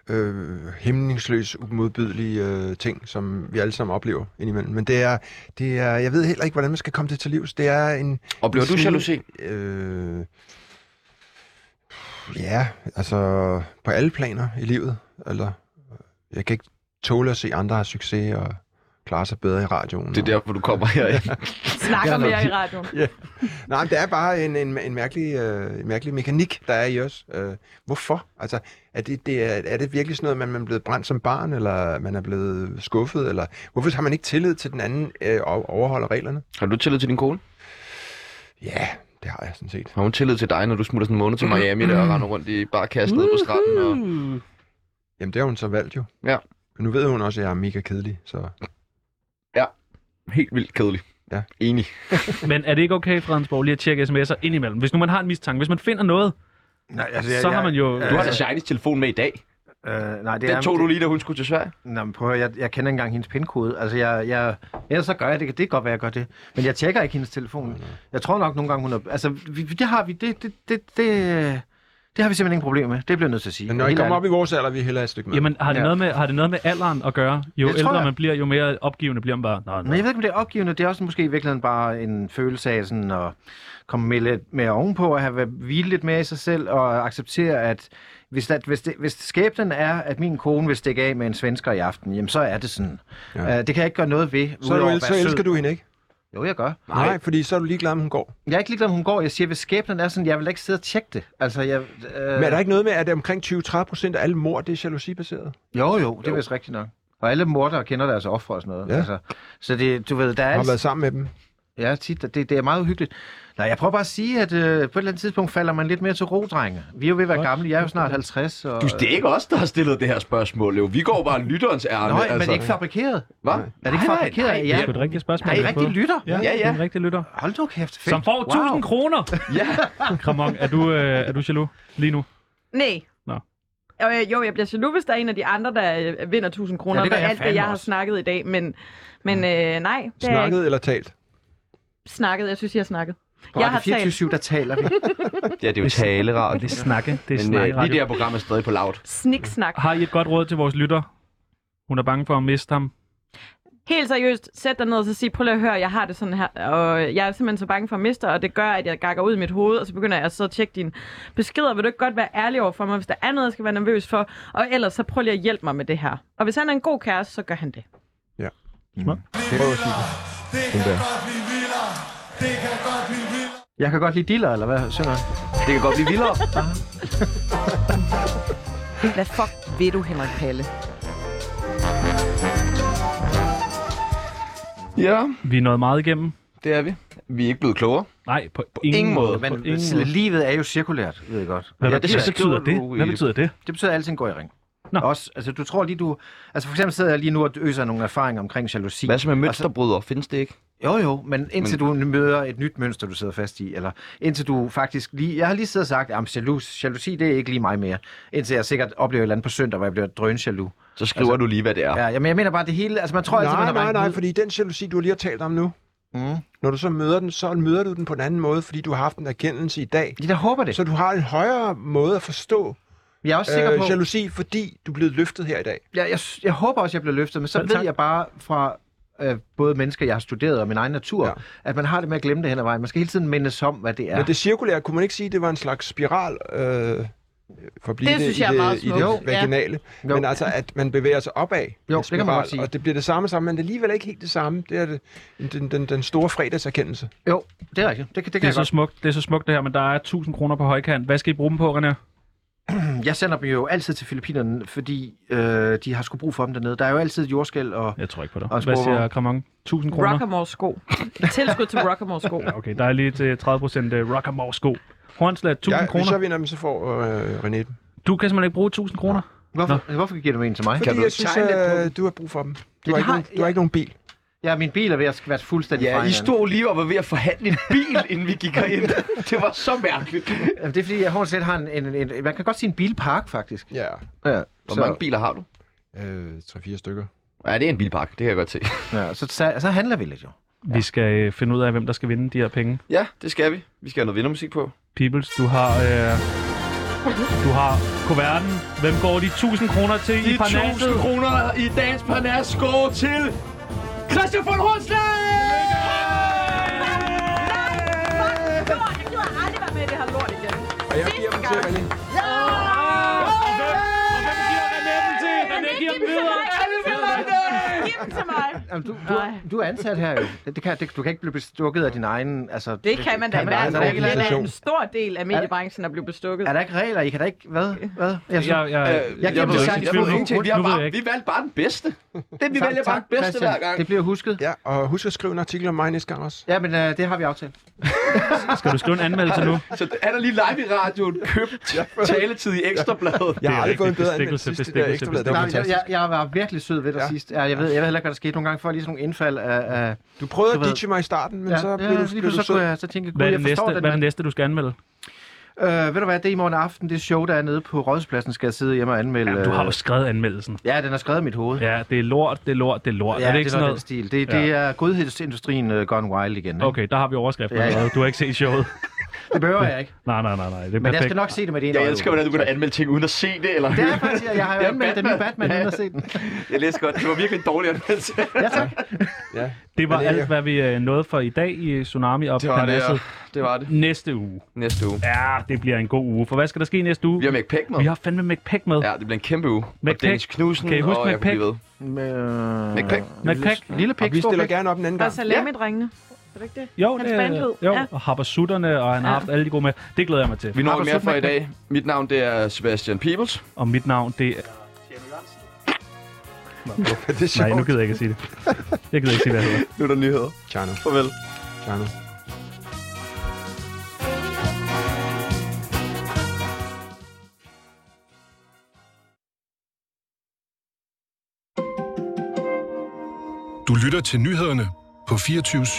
Speaker 5: øh, hæmningsløs, umodbydelig øh, ting, som vi alle sammen oplever indimellem. Men det er, det er, jeg ved heller ikke, hvordan man skal komme det til livs. Det er en...
Speaker 1: Oplever
Speaker 5: en
Speaker 1: du
Speaker 5: side-
Speaker 1: jalousi?
Speaker 5: Øh, ja, altså på alle planer i livet. Eller, øh, jeg kan ikke tåle at se andre have succes og klare sig bedre i radioen.
Speaker 1: Det er
Speaker 5: og-
Speaker 1: derfor, du kommer her.
Speaker 3: Snakker mere i radioen.
Speaker 5: Nej, men det er bare en, en, en, mærkelig, øh, en mærkelig mekanik, der er i os. Øh, hvorfor? Altså, er det, det er, er det virkelig sådan noget, man, man er blevet brændt som barn, eller man er blevet skuffet, eller hvorfor har man ikke tillid til den anden øh, og overholder reglerne?
Speaker 1: Har du tillid til din kone?
Speaker 5: Ja, det har jeg sådan set.
Speaker 1: Har hun tillid til dig, når du smutter sådan en måned
Speaker 3: Mhm.
Speaker 1: til Miami der og render rundt i bare kassen nede på stranden? Og...
Speaker 2: Mm.
Speaker 5: Jamen, det har hun så valgt jo.
Speaker 1: Ja.
Speaker 5: Men nu ved hun også, at jeg er mega kedelig, så...
Speaker 1: Helt vildt kedelig.
Speaker 5: Ja.
Speaker 1: Enig.
Speaker 2: Men er det ikke okay, Fredensborg, lige at tjekke sms'er indimellem? Hvis nu man har en mistanke, hvis man finder noget,
Speaker 4: Nej, altså,
Speaker 2: så har man jo...
Speaker 1: Du har da Shinies telefon med i dag.
Speaker 4: Øh, nej, det er,
Speaker 1: Den tog du lige, da hun skulle til Sverige.
Speaker 4: Nå, men prøv at høre, jeg, jeg kender ikke engang hendes pindkode. Altså, jeg, jeg, ellers så gør jeg det. Det kan godt være, jeg gør det. Men jeg tjekker ikke hendes telefon. Jeg tror nok nogle gange, hun er... Altså, vi, vi- det har vi... Det, det, det, det, det har vi simpelthen ingen problem med. Det bliver jeg nødt til at sige.
Speaker 5: Men når I
Speaker 4: Helt
Speaker 5: kommer op
Speaker 4: ærligt.
Speaker 5: i vores alder, er vi hellere et stykke med.
Speaker 2: Jamen, har det,
Speaker 4: Ja.
Speaker 2: noget med, har det noget med alderen at gøre? Jo
Speaker 4: Det tror
Speaker 2: ældre
Speaker 4: jeg.
Speaker 2: man bliver, jo mere opgivende bliver man bare. Nå, nå.
Speaker 4: Men jeg ved ikke, om det er opgivende. Det er også måske i virkeligheden bare en følelse af sådan at komme med lidt mere ovenpå, at have været- hvile lidt mere i sig selv og acceptere, at hvis, at, hvis, det, hvis skæbnen er, at min kone vil stikke af med en svensker i aften, jamen så er det sådan.
Speaker 5: Ja.
Speaker 4: Ja. Uh, det kan jeg ikke gøre noget ved.
Speaker 5: så, er du,
Speaker 4: udover
Speaker 5: el-
Speaker 4: at
Speaker 5: så
Speaker 4: være sød.
Speaker 5: elsker du hende ikke?
Speaker 4: Jo, jeg gør.
Speaker 5: Nej. Nej, fordi så er du ligeglad, om hun går.
Speaker 4: Jeg er ikke ligeglad, om hun går. Jeg siger, hvis skæbnen er sådan, jeg vil da ikke sidde og tjekke det. Altså, jeg... Øh...
Speaker 5: Men er der ikke noget med, at omkring 20-30 procent af alle mor, det er jalousibaseret?
Speaker 4: Jo, jo, det er vist rigtigt nok. Og alle mordere kender deres offer og sådan noget.
Speaker 5: Ja.
Speaker 4: Ja. Altså, så det, du ved, der
Speaker 5: Jeg
Speaker 4: er...
Speaker 5: har været sammen med dem.
Speaker 4: Ja, tit. Det, det er meget uhyggeligt. Nej, jeg prøver bare at sige, at øh, på et eller andet tidspunkt falder man lidt mere til ro, drenge. Vi er jo ved at være gamle. Jeg er jo snart 50. Og...
Speaker 1: Du, det er ikke os, der har stillet det her spørgsmål, jo. Vi går bare lytterens ærne.
Speaker 4: Nå, men det er ikke fabrikeret.
Speaker 1: Hva?
Speaker 4: Er det ikke fabrikeret?
Speaker 1: altså. Nej, nej,
Speaker 2: Det er
Speaker 4: ja.
Speaker 2: sgu et rigtigt spørgsmål.
Speaker 4: Er I
Speaker 2: jeg har
Speaker 4: rigtig
Speaker 2: fået.
Speaker 4: lytter?
Speaker 2: Ja,
Speaker 1: Ja,
Speaker 2: ja,
Speaker 1: ja.
Speaker 2: ja. en rigtig lytter.
Speaker 4: Hold nu kæft. Fedt.
Speaker 2: Som får 1000 kroner.
Speaker 1: Ja.
Speaker 2: Kramon, er du, øh, er du jaloux lige nu?
Speaker 3: Nej.
Speaker 2: Nå.
Speaker 3: Øh, jo, jeg bliver jaloux, hvis der er en af de andre, der øh, vinder 1000 kroner
Speaker 4: Ja, det gør
Speaker 3: ved
Speaker 4: jeg
Speaker 3: alt det,
Speaker 4: fandme
Speaker 3: jeg har
Speaker 4: også.
Speaker 3: snakket i dag. Men, men øh, nej, det er jeg ikke
Speaker 5: Snakket eller talt?
Speaker 3: snakket. Jeg synes, jeg har snakket.
Speaker 4: På
Speaker 3: Jeg
Speaker 4: Radio
Speaker 3: har talt.
Speaker 4: 24 der taler vi.
Speaker 1: Ja, det er jo taleradio.
Speaker 2: Det er snakke. Det er
Speaker 1: Men øh, lige det
Speaker 2: snakkeradio.
Speaker 1: her program er stadig på loud.
Speaker 3: Sniksnak.
Speaker 2: Har I et godt råd til vores lytter? Hun er bange for at miste ham.
Speaker 3: Helt seriøst, sæt dig ned og så sig, prøv lige at høre, jeg har det sådan her, og jeg er simpelthen så bange for at miste, og det gør, at jeg gakker ud i mit hoved, og så begynder jeg at sidde og tjekke dine beskeder. Vil du ikke godt være ærlig over for mig, hvis der er noget, jeg skal være nervøs for? Og ellers, så prøv lige at hjælpe mig med det her. Og hvis han er en god kæreste, så gør han det.
Speaker 4: Jeg kan godt lide diller, eller hvad synger han?
Speaker 1: Det kan godt blive vildere.
Speaker 6: Hvad fuck ved du, Henrik Palle?
Speaker 1: Ja,
Speaker 2: Vi er nået meget igennem.
Speaker 1: det er vi. Vi er ikke blevet klogere.
Speaker 2: Nej, på, ingen,
Speaker 1: ingen måde.
Speaker 2: På
Speaker 4: Men altså,
Speaker 2: ingen måde.
Speaker 4: livet er jo cirkulært, ved jeg godt.
Speaker 2: Hvad,
Speaker 4: Ja,
Speaker 2: hvad,
Speaker 1: det
Speaker 2: det, hvad
Speaker 1: skriver
Speaker 2: betyder det?
Speaker 1: du i-
Speaker 2: Hvad betyder det?
Speaker 4: Det betyder, at alting går i ring.
Speaker 2: Nå.
Speaker 4: Nå. Også, altså, du tror lige, du... Altså, for eksempel sidder jeg lige nu og øser nogle erfaringer omkring jalousi. Altså,
Speaker 1: Hvad så med mønsterbryder? Findes det ikke?
Speaker 4: Jo, jo, men indtil men... du møder et nyt mønster, du sidder fast i, eller indtil du faktisk lige... Jeg har lige siddet og sagt, at jaloux, jalousi, det er ikke lige mig mere. Indtil jeg sikkert oplever et eller andet på søndag, hvor jeg bliver drønjaloux.
Speaker 1: Så skriver altså, du lige, hvad det er.
Speaker 4: Ja, jamen, jeg mener bare, det hele... Altså, man tror altid, man
Speaker 5: Nej,
Speaker 4: er
Speaker 5: nej,
Speaker 4: bange
Speaker 5: nej,
Speaker 4: ud.
Speaker 5: fordi den jalousi, du lige har talt om nu,
Speaker 4: Mm.
Speaker 5: når du så møder den, så møder du den på en anden måde, fordi du har haft en erkendelse i dag.
Speaker 4: De der håber det.
Speaker 5: Så du har en højere måde at forstå
Speaker 4: Jeg er også sikker
Speaker 5: øh,
Speaker 4: på...
Speaker 5: jalousi, fordi du er blevet løftet her i dag.
Speaker 4: jeg, jeg, jeg håber også, jeg bliver løftet, men så
Speaker 2: Selv
Speaker 4: ved
Speaker 2: tak.
Speaker 4: jeg bare fra øh, både mennesker, jeg har studeret, og min egen natur,
Speaker 5: Ja.
Speaker 4: ja. at man har det med at glemme det hen ad vejen. Man skal hele tiden mindes om, hvad det
Speaker 5: Ja.
Speaker 4: er.
Speaker 5: Men det cirkulære, kunne man ikke sige, det var en slags spiral, øh, for at blive
Speaker 3: Det
Speaker 5: det,
Speaker 3: synes
Speaker 5: i
Speaker 3: jeg er
Speaker 5: det,
Speaker 3: meget
Speaker 5: i det
Speaker 3: smukt. Ja.
Speaker 5: vaginale. Ja.
Speaker 4: Jo.
Speaker 5: Men altså, at man bevæger sig opad. i en
Speaker 4: kan man
Speaker 5: spiral,
Speaker 4: godt sige.
Speaker 5: Og det bliver det samme sammen, men det er alligevel ikke helt det samme. Det er det, den, den, den store fredagserkendelse.
Speaker 4: Jo, det er rigtigt. Det, kan- det
Speaker 2: Det
Speaker 4: kan
Speaker 2: er,
Speaker 4: det
Speaker 2: så
Speaker 4: jeg
Speaker 2: smukt, det er så smukt det her, men der er 1000 kroner på højkant. Hvad skal I bruge dem på, René?
Speaker 4: godt. Mm, Jeg sender dem jo altid til Filippinerne, fordi øh, de har sgu brug for dem dernede. Der er jo altid et jordskæl, og
Speaker 2: Jeg tror ikke på
Speaker 4: Og en
Speaker 2: dig. Hvad
Speaker 4: sprogvogn.
Speaker 2: siger Kramon? 1000 kroner?
Speaker 3: Rockamore sko. Tilskud til Rockamore sko.
Speaker 2: Ja, okay. Der er lige til 30 procent øh, Rockamore sko. Hornslet, 1000
Speaker 5: Jeg, hvis
Speaker 2: kroner.
Speaker 5: jeg vinder dem, så får øh, René dem.
Speaker 2: Du kan simpelthen ikke bruge 1000 kroner.
Speaker 4: hvorfor, hvorfor giver du en til mig?
Speaker 5: Fordi jeg synes, at du har brug for dem. Du, har,
Speaker 4: det
Speaker 5: ikke
Speaker 4: har-
Speaker 5: nogen, du har ikke nogen bil.
Speaker 4: Ja, min bil er ved at være fuldstændig fra
Speaker 1: Ja, I
Speaker 4: hinanden.
Speaker 1: stod lige og var ved at forhandle en bil, inden vi gik herind. Det var så mærkeligt.
Speaker 4: Jamen, Det er fordi, jeg hårdt set har en, en, en, en... Man kan godt sige en bilpark, faktisk.
Speaker 5: Ja.
Speaker 4: Ja,
Speaker 1: Hvor
Speaker 4: så,
Speaker 1: mange biler har du?
Speaker 5: Øh, 3-4 stykker.
Speaker 1: Ja, det er en bilpark. Det kan jeg godt se.
Speaker 4: ja, så, så, så handler vi lidt jo.
Speaker 2: Vi skal øh, finde ud af, hvem der skal vinde de her penge.
Speaker 1: Ja, det skal vi. Vi skal have noget vindermusik på.
Speaker 2: Peoples, du har... Øh, du har kuverten. Hvem går de 1000 kroner til i parnasset?
Speaker 1: kroner i dagens Parnas går til Christian von
Speaker 3: Jeg gider aldrig være med i det her lort igen.
Speaker 5: Og jeg giver dem til René.
Speaker 2: René giver dem videre.
Speaker 3: Giv den til mig.
Speaker 4: Jamen, du, du,
Speaker 3: Nej.
Speaker 4: du er ansat her jo. Det, det kan, det, du kan ikke blive bestukket af din egen... Altså,
Speaker 3: Det kan man da i
Speaker 4: man da.
Speaker 3: hvert
Speaker 4: Altså,
Speaker 3: fald
Speaker 4: der er
Speaker 3: ikke.
Speaker 4: ikke
Speaker 3: Det er da
Speaker 5: organisation.
Speaker 3: en stor del af mediebranchen, der bliver bestukket.
Speaker 4: Er der ikke regler? I kan da ikke... Hvad? Hvad? Jeg,
Speaker 1: Jeg,
Speaker 2: Jeg, jeg,
Speaker 4: giver
Speaker 1: Øh, jeg,
Speaker 4: dem
Speaker 1: ved
Speaker 4: til
Speaker 1: ikke, jeg
Speaker 2: Tvivl
Speaker 1: ved
Speaker 2: nu.
Speaker 1: ingenting. Vi,
Speaker 2: Nu
Speaker 1: har
Speaker 2: ved jeg
Speaker 1: bare,
Speaker 2: ikke.
Speaker 1: vi valgte bare den bedste. Det, vi
Speaker 4: Tak,
Speaker 1: vælger bare
Speaker 4: tak,
Speaker 1: den bedste
Speaker 4: Christian.
Speaker 1: hver gang.
Speaker 4: Det bliver husket. Ja,
Speaker 5: Ja, og husk at skrive en artikel om mig næste gang også.
Speaker 4: ja men øh, det har vi aftalt.
Speaker 2: Skal du skrive en anmeldelse nu?
Speaker 1: Så han er lige live i radioen, købt taletid i Ekstrabladet.
Speaker 5: Jeg
Speaker 2: Det
Speaker 5: har
Speaker 2: er
Speaker 5: aldrig fået en
Speaker 2: rigtigt.
Speaker 5: bedre end
Speaker 2: Bestikkelse,
Speaker 5: sidste der
Speaker 2: bestikkelse,
Speaker 5: ekstrablad. Det var
Speaker 4: Nej, jeg,
Speaker 5: fantastisk.
Speaker 4: jeg, jeg var virkelig sød ved dig
Speaker 5: Ja.
Speaker 4: ja. sidst. Ja, jeg ved, jeg ved heller ikke, hvad der skete. Nogle gange får jeg lige sådan nogle indfald af... af
Speaker 5: Du prøvede
Speaker 4: Du
Speaker 5: at
Speaker 4: ved-
Speaker 5: ditche mig i starten, men
Speaker 4: ja,
Speaker 5: så
Speaker 4: ja,
Speaker 5: blev
Speaker 4: lige
Speaker 5: du,
Speaker 4: pludselig
Speaker 5: blev du
Speaker 4: så kunne
Speaker 5: sød.
Speaker 4: jeg så tænke, gud,
Speaker 2: Hvad er
Speaker 4: jeg
Speaker 2: det
Speaker 4: forstår
Speaker 2: næste,
Speaker 4: den.
Speaker 2: hvad er det næste du skal anmelde?
Speaker 4: næste? Øh, ved du hvad, det er i morgen aften, det show, der er nede på Rådhuspladsen, skal jeg sidde hjemme og anmelde.
Speaker 2: Jamen, du har jo
Speaker 4: øh,
Speaker 2: skrevet anmeldelsen.
Speaker 4: Ja, den er skrevet i mit hoved.
Speaker 2: Ja, det er lort, det er lort, det er lort.
Speaker 4: Ja,
Speaker 2: er
Speaker 4: det
Speaker 2: det
Speaker 4: er
Speaker 2: ikke
Speaker 4: noget
Speaker 2: sådan
Speaker 4: af den
Speaker 2: noget?
Speaker 4: stil. Det, det
Speaker 2: Ja. Oh.
Speaker 4: er godhedsindustrien uh, gone wild igen. ikke?
Speaker 2: Okay, der har vi overskriften
Speaker 4: Ja, ja.
Speaker 2: allerede. Du har ikke set showet.
Speaker 4: Det behøver jeg ikke.
Speaker 2: Nej, nej, nej, nej. Det er
Speaker 4: Men jeg
Speaker 2: perfekt.
Speaker 4: skal nok se det med det ene
Speaker 1: Jeg
Speaker 4: øje
Speaker 1: elsker,
Speaker 4: åbent.
Speaker 1: hvordan du kan anmelde ting uden at se det. Eller...
Speaker 4: Det er faktisk, jeg har jo
Speaker 1: Ja,
Speaker 4: anmeldt den nye Batman, uden at se den.
Speaker 1: Jeg læste godt. Det var virkelig en dårlig anmeldelse.
Speaker 4: Ja, tak.
Speaker 5: Ja.
Speaker 2: Det var
Speaker 5: Men det er-
Speaker 2: alt, hvad vi øh, nåede for i dag i Tsunami og Parnasset.
Speaker 1: det var det.
Speaker 2: Næste uge.
Speaker 1: Næste uge.
Speaker 2: Ja, det bliver en god uge. For hvad skal der ske næste uge?
Speaker 1: Vi har McPack med.
Speaker 2: vi har fandme McPack med.
Speaker 1: Ja, det bliver en kæmpe uge.
Speaker 2: Mac
Speaker 1: og Dennis
Speaker 2: Pack.
Speaker 1: Knudsen,
Speaker 2: Kan I huske
Speaker 1: og jeg
Speaker 2: Mac
Speaker 1: kunne blive
Speaker 2: Pack?
Speaker 1: ved.
Speaker 4: Med-
Speaker 1: McPack.
Speaker 2: McPack.
Speaker 4: Lille
Speaker 5: Og
Speaker 4: pik,
Speaker 5: vi
Speaker 4: stor
Speaker 5: stiller
Speaker 4: pik.
Speaker 5: gerne op en anden
Speaker 3: Og
Speaker 5: gang.
Speaker 4: Altså,
Speaker 3: salami-drengene. Er det ikke det?
Speaker 2: Jo,
Speaker 3: Hans
Speaker 2: det,
Speaker 3: bandlyd.
Speaker 2: jo,
Speaker 3: Ja.
Speaker 2: og Habasutterne, og han har
Speaker 3: Ja.
Speaker 2: haft alle de gode med. Det glæder jeg mig til.
Speaker 1: Vi når
Speaker 4: Har du
Speaker 1: ikke mere
Speaker 4: set
Speaker 1: for i
Speaker 4: Mac Pack?
Speaker 1: dag. Mit navn, det er Sebastian Peebles.
Speaker 2: Og mit navn, det er...
Speaker 5: Det er
Speaker 2: Nej, nu
Speaker 5: sjovt.
Speaker 2: gider jeg ikke at sige det. Jeg gider ikke sige, hvad jeg hedder.
Speaker 1: Nu er der nyheder.
Speaker 5: Tjerno,
Speaker 1: Farvel.
Speaker 5: Tjerno.
Speaker 10: Du lytter til nyhederne på 24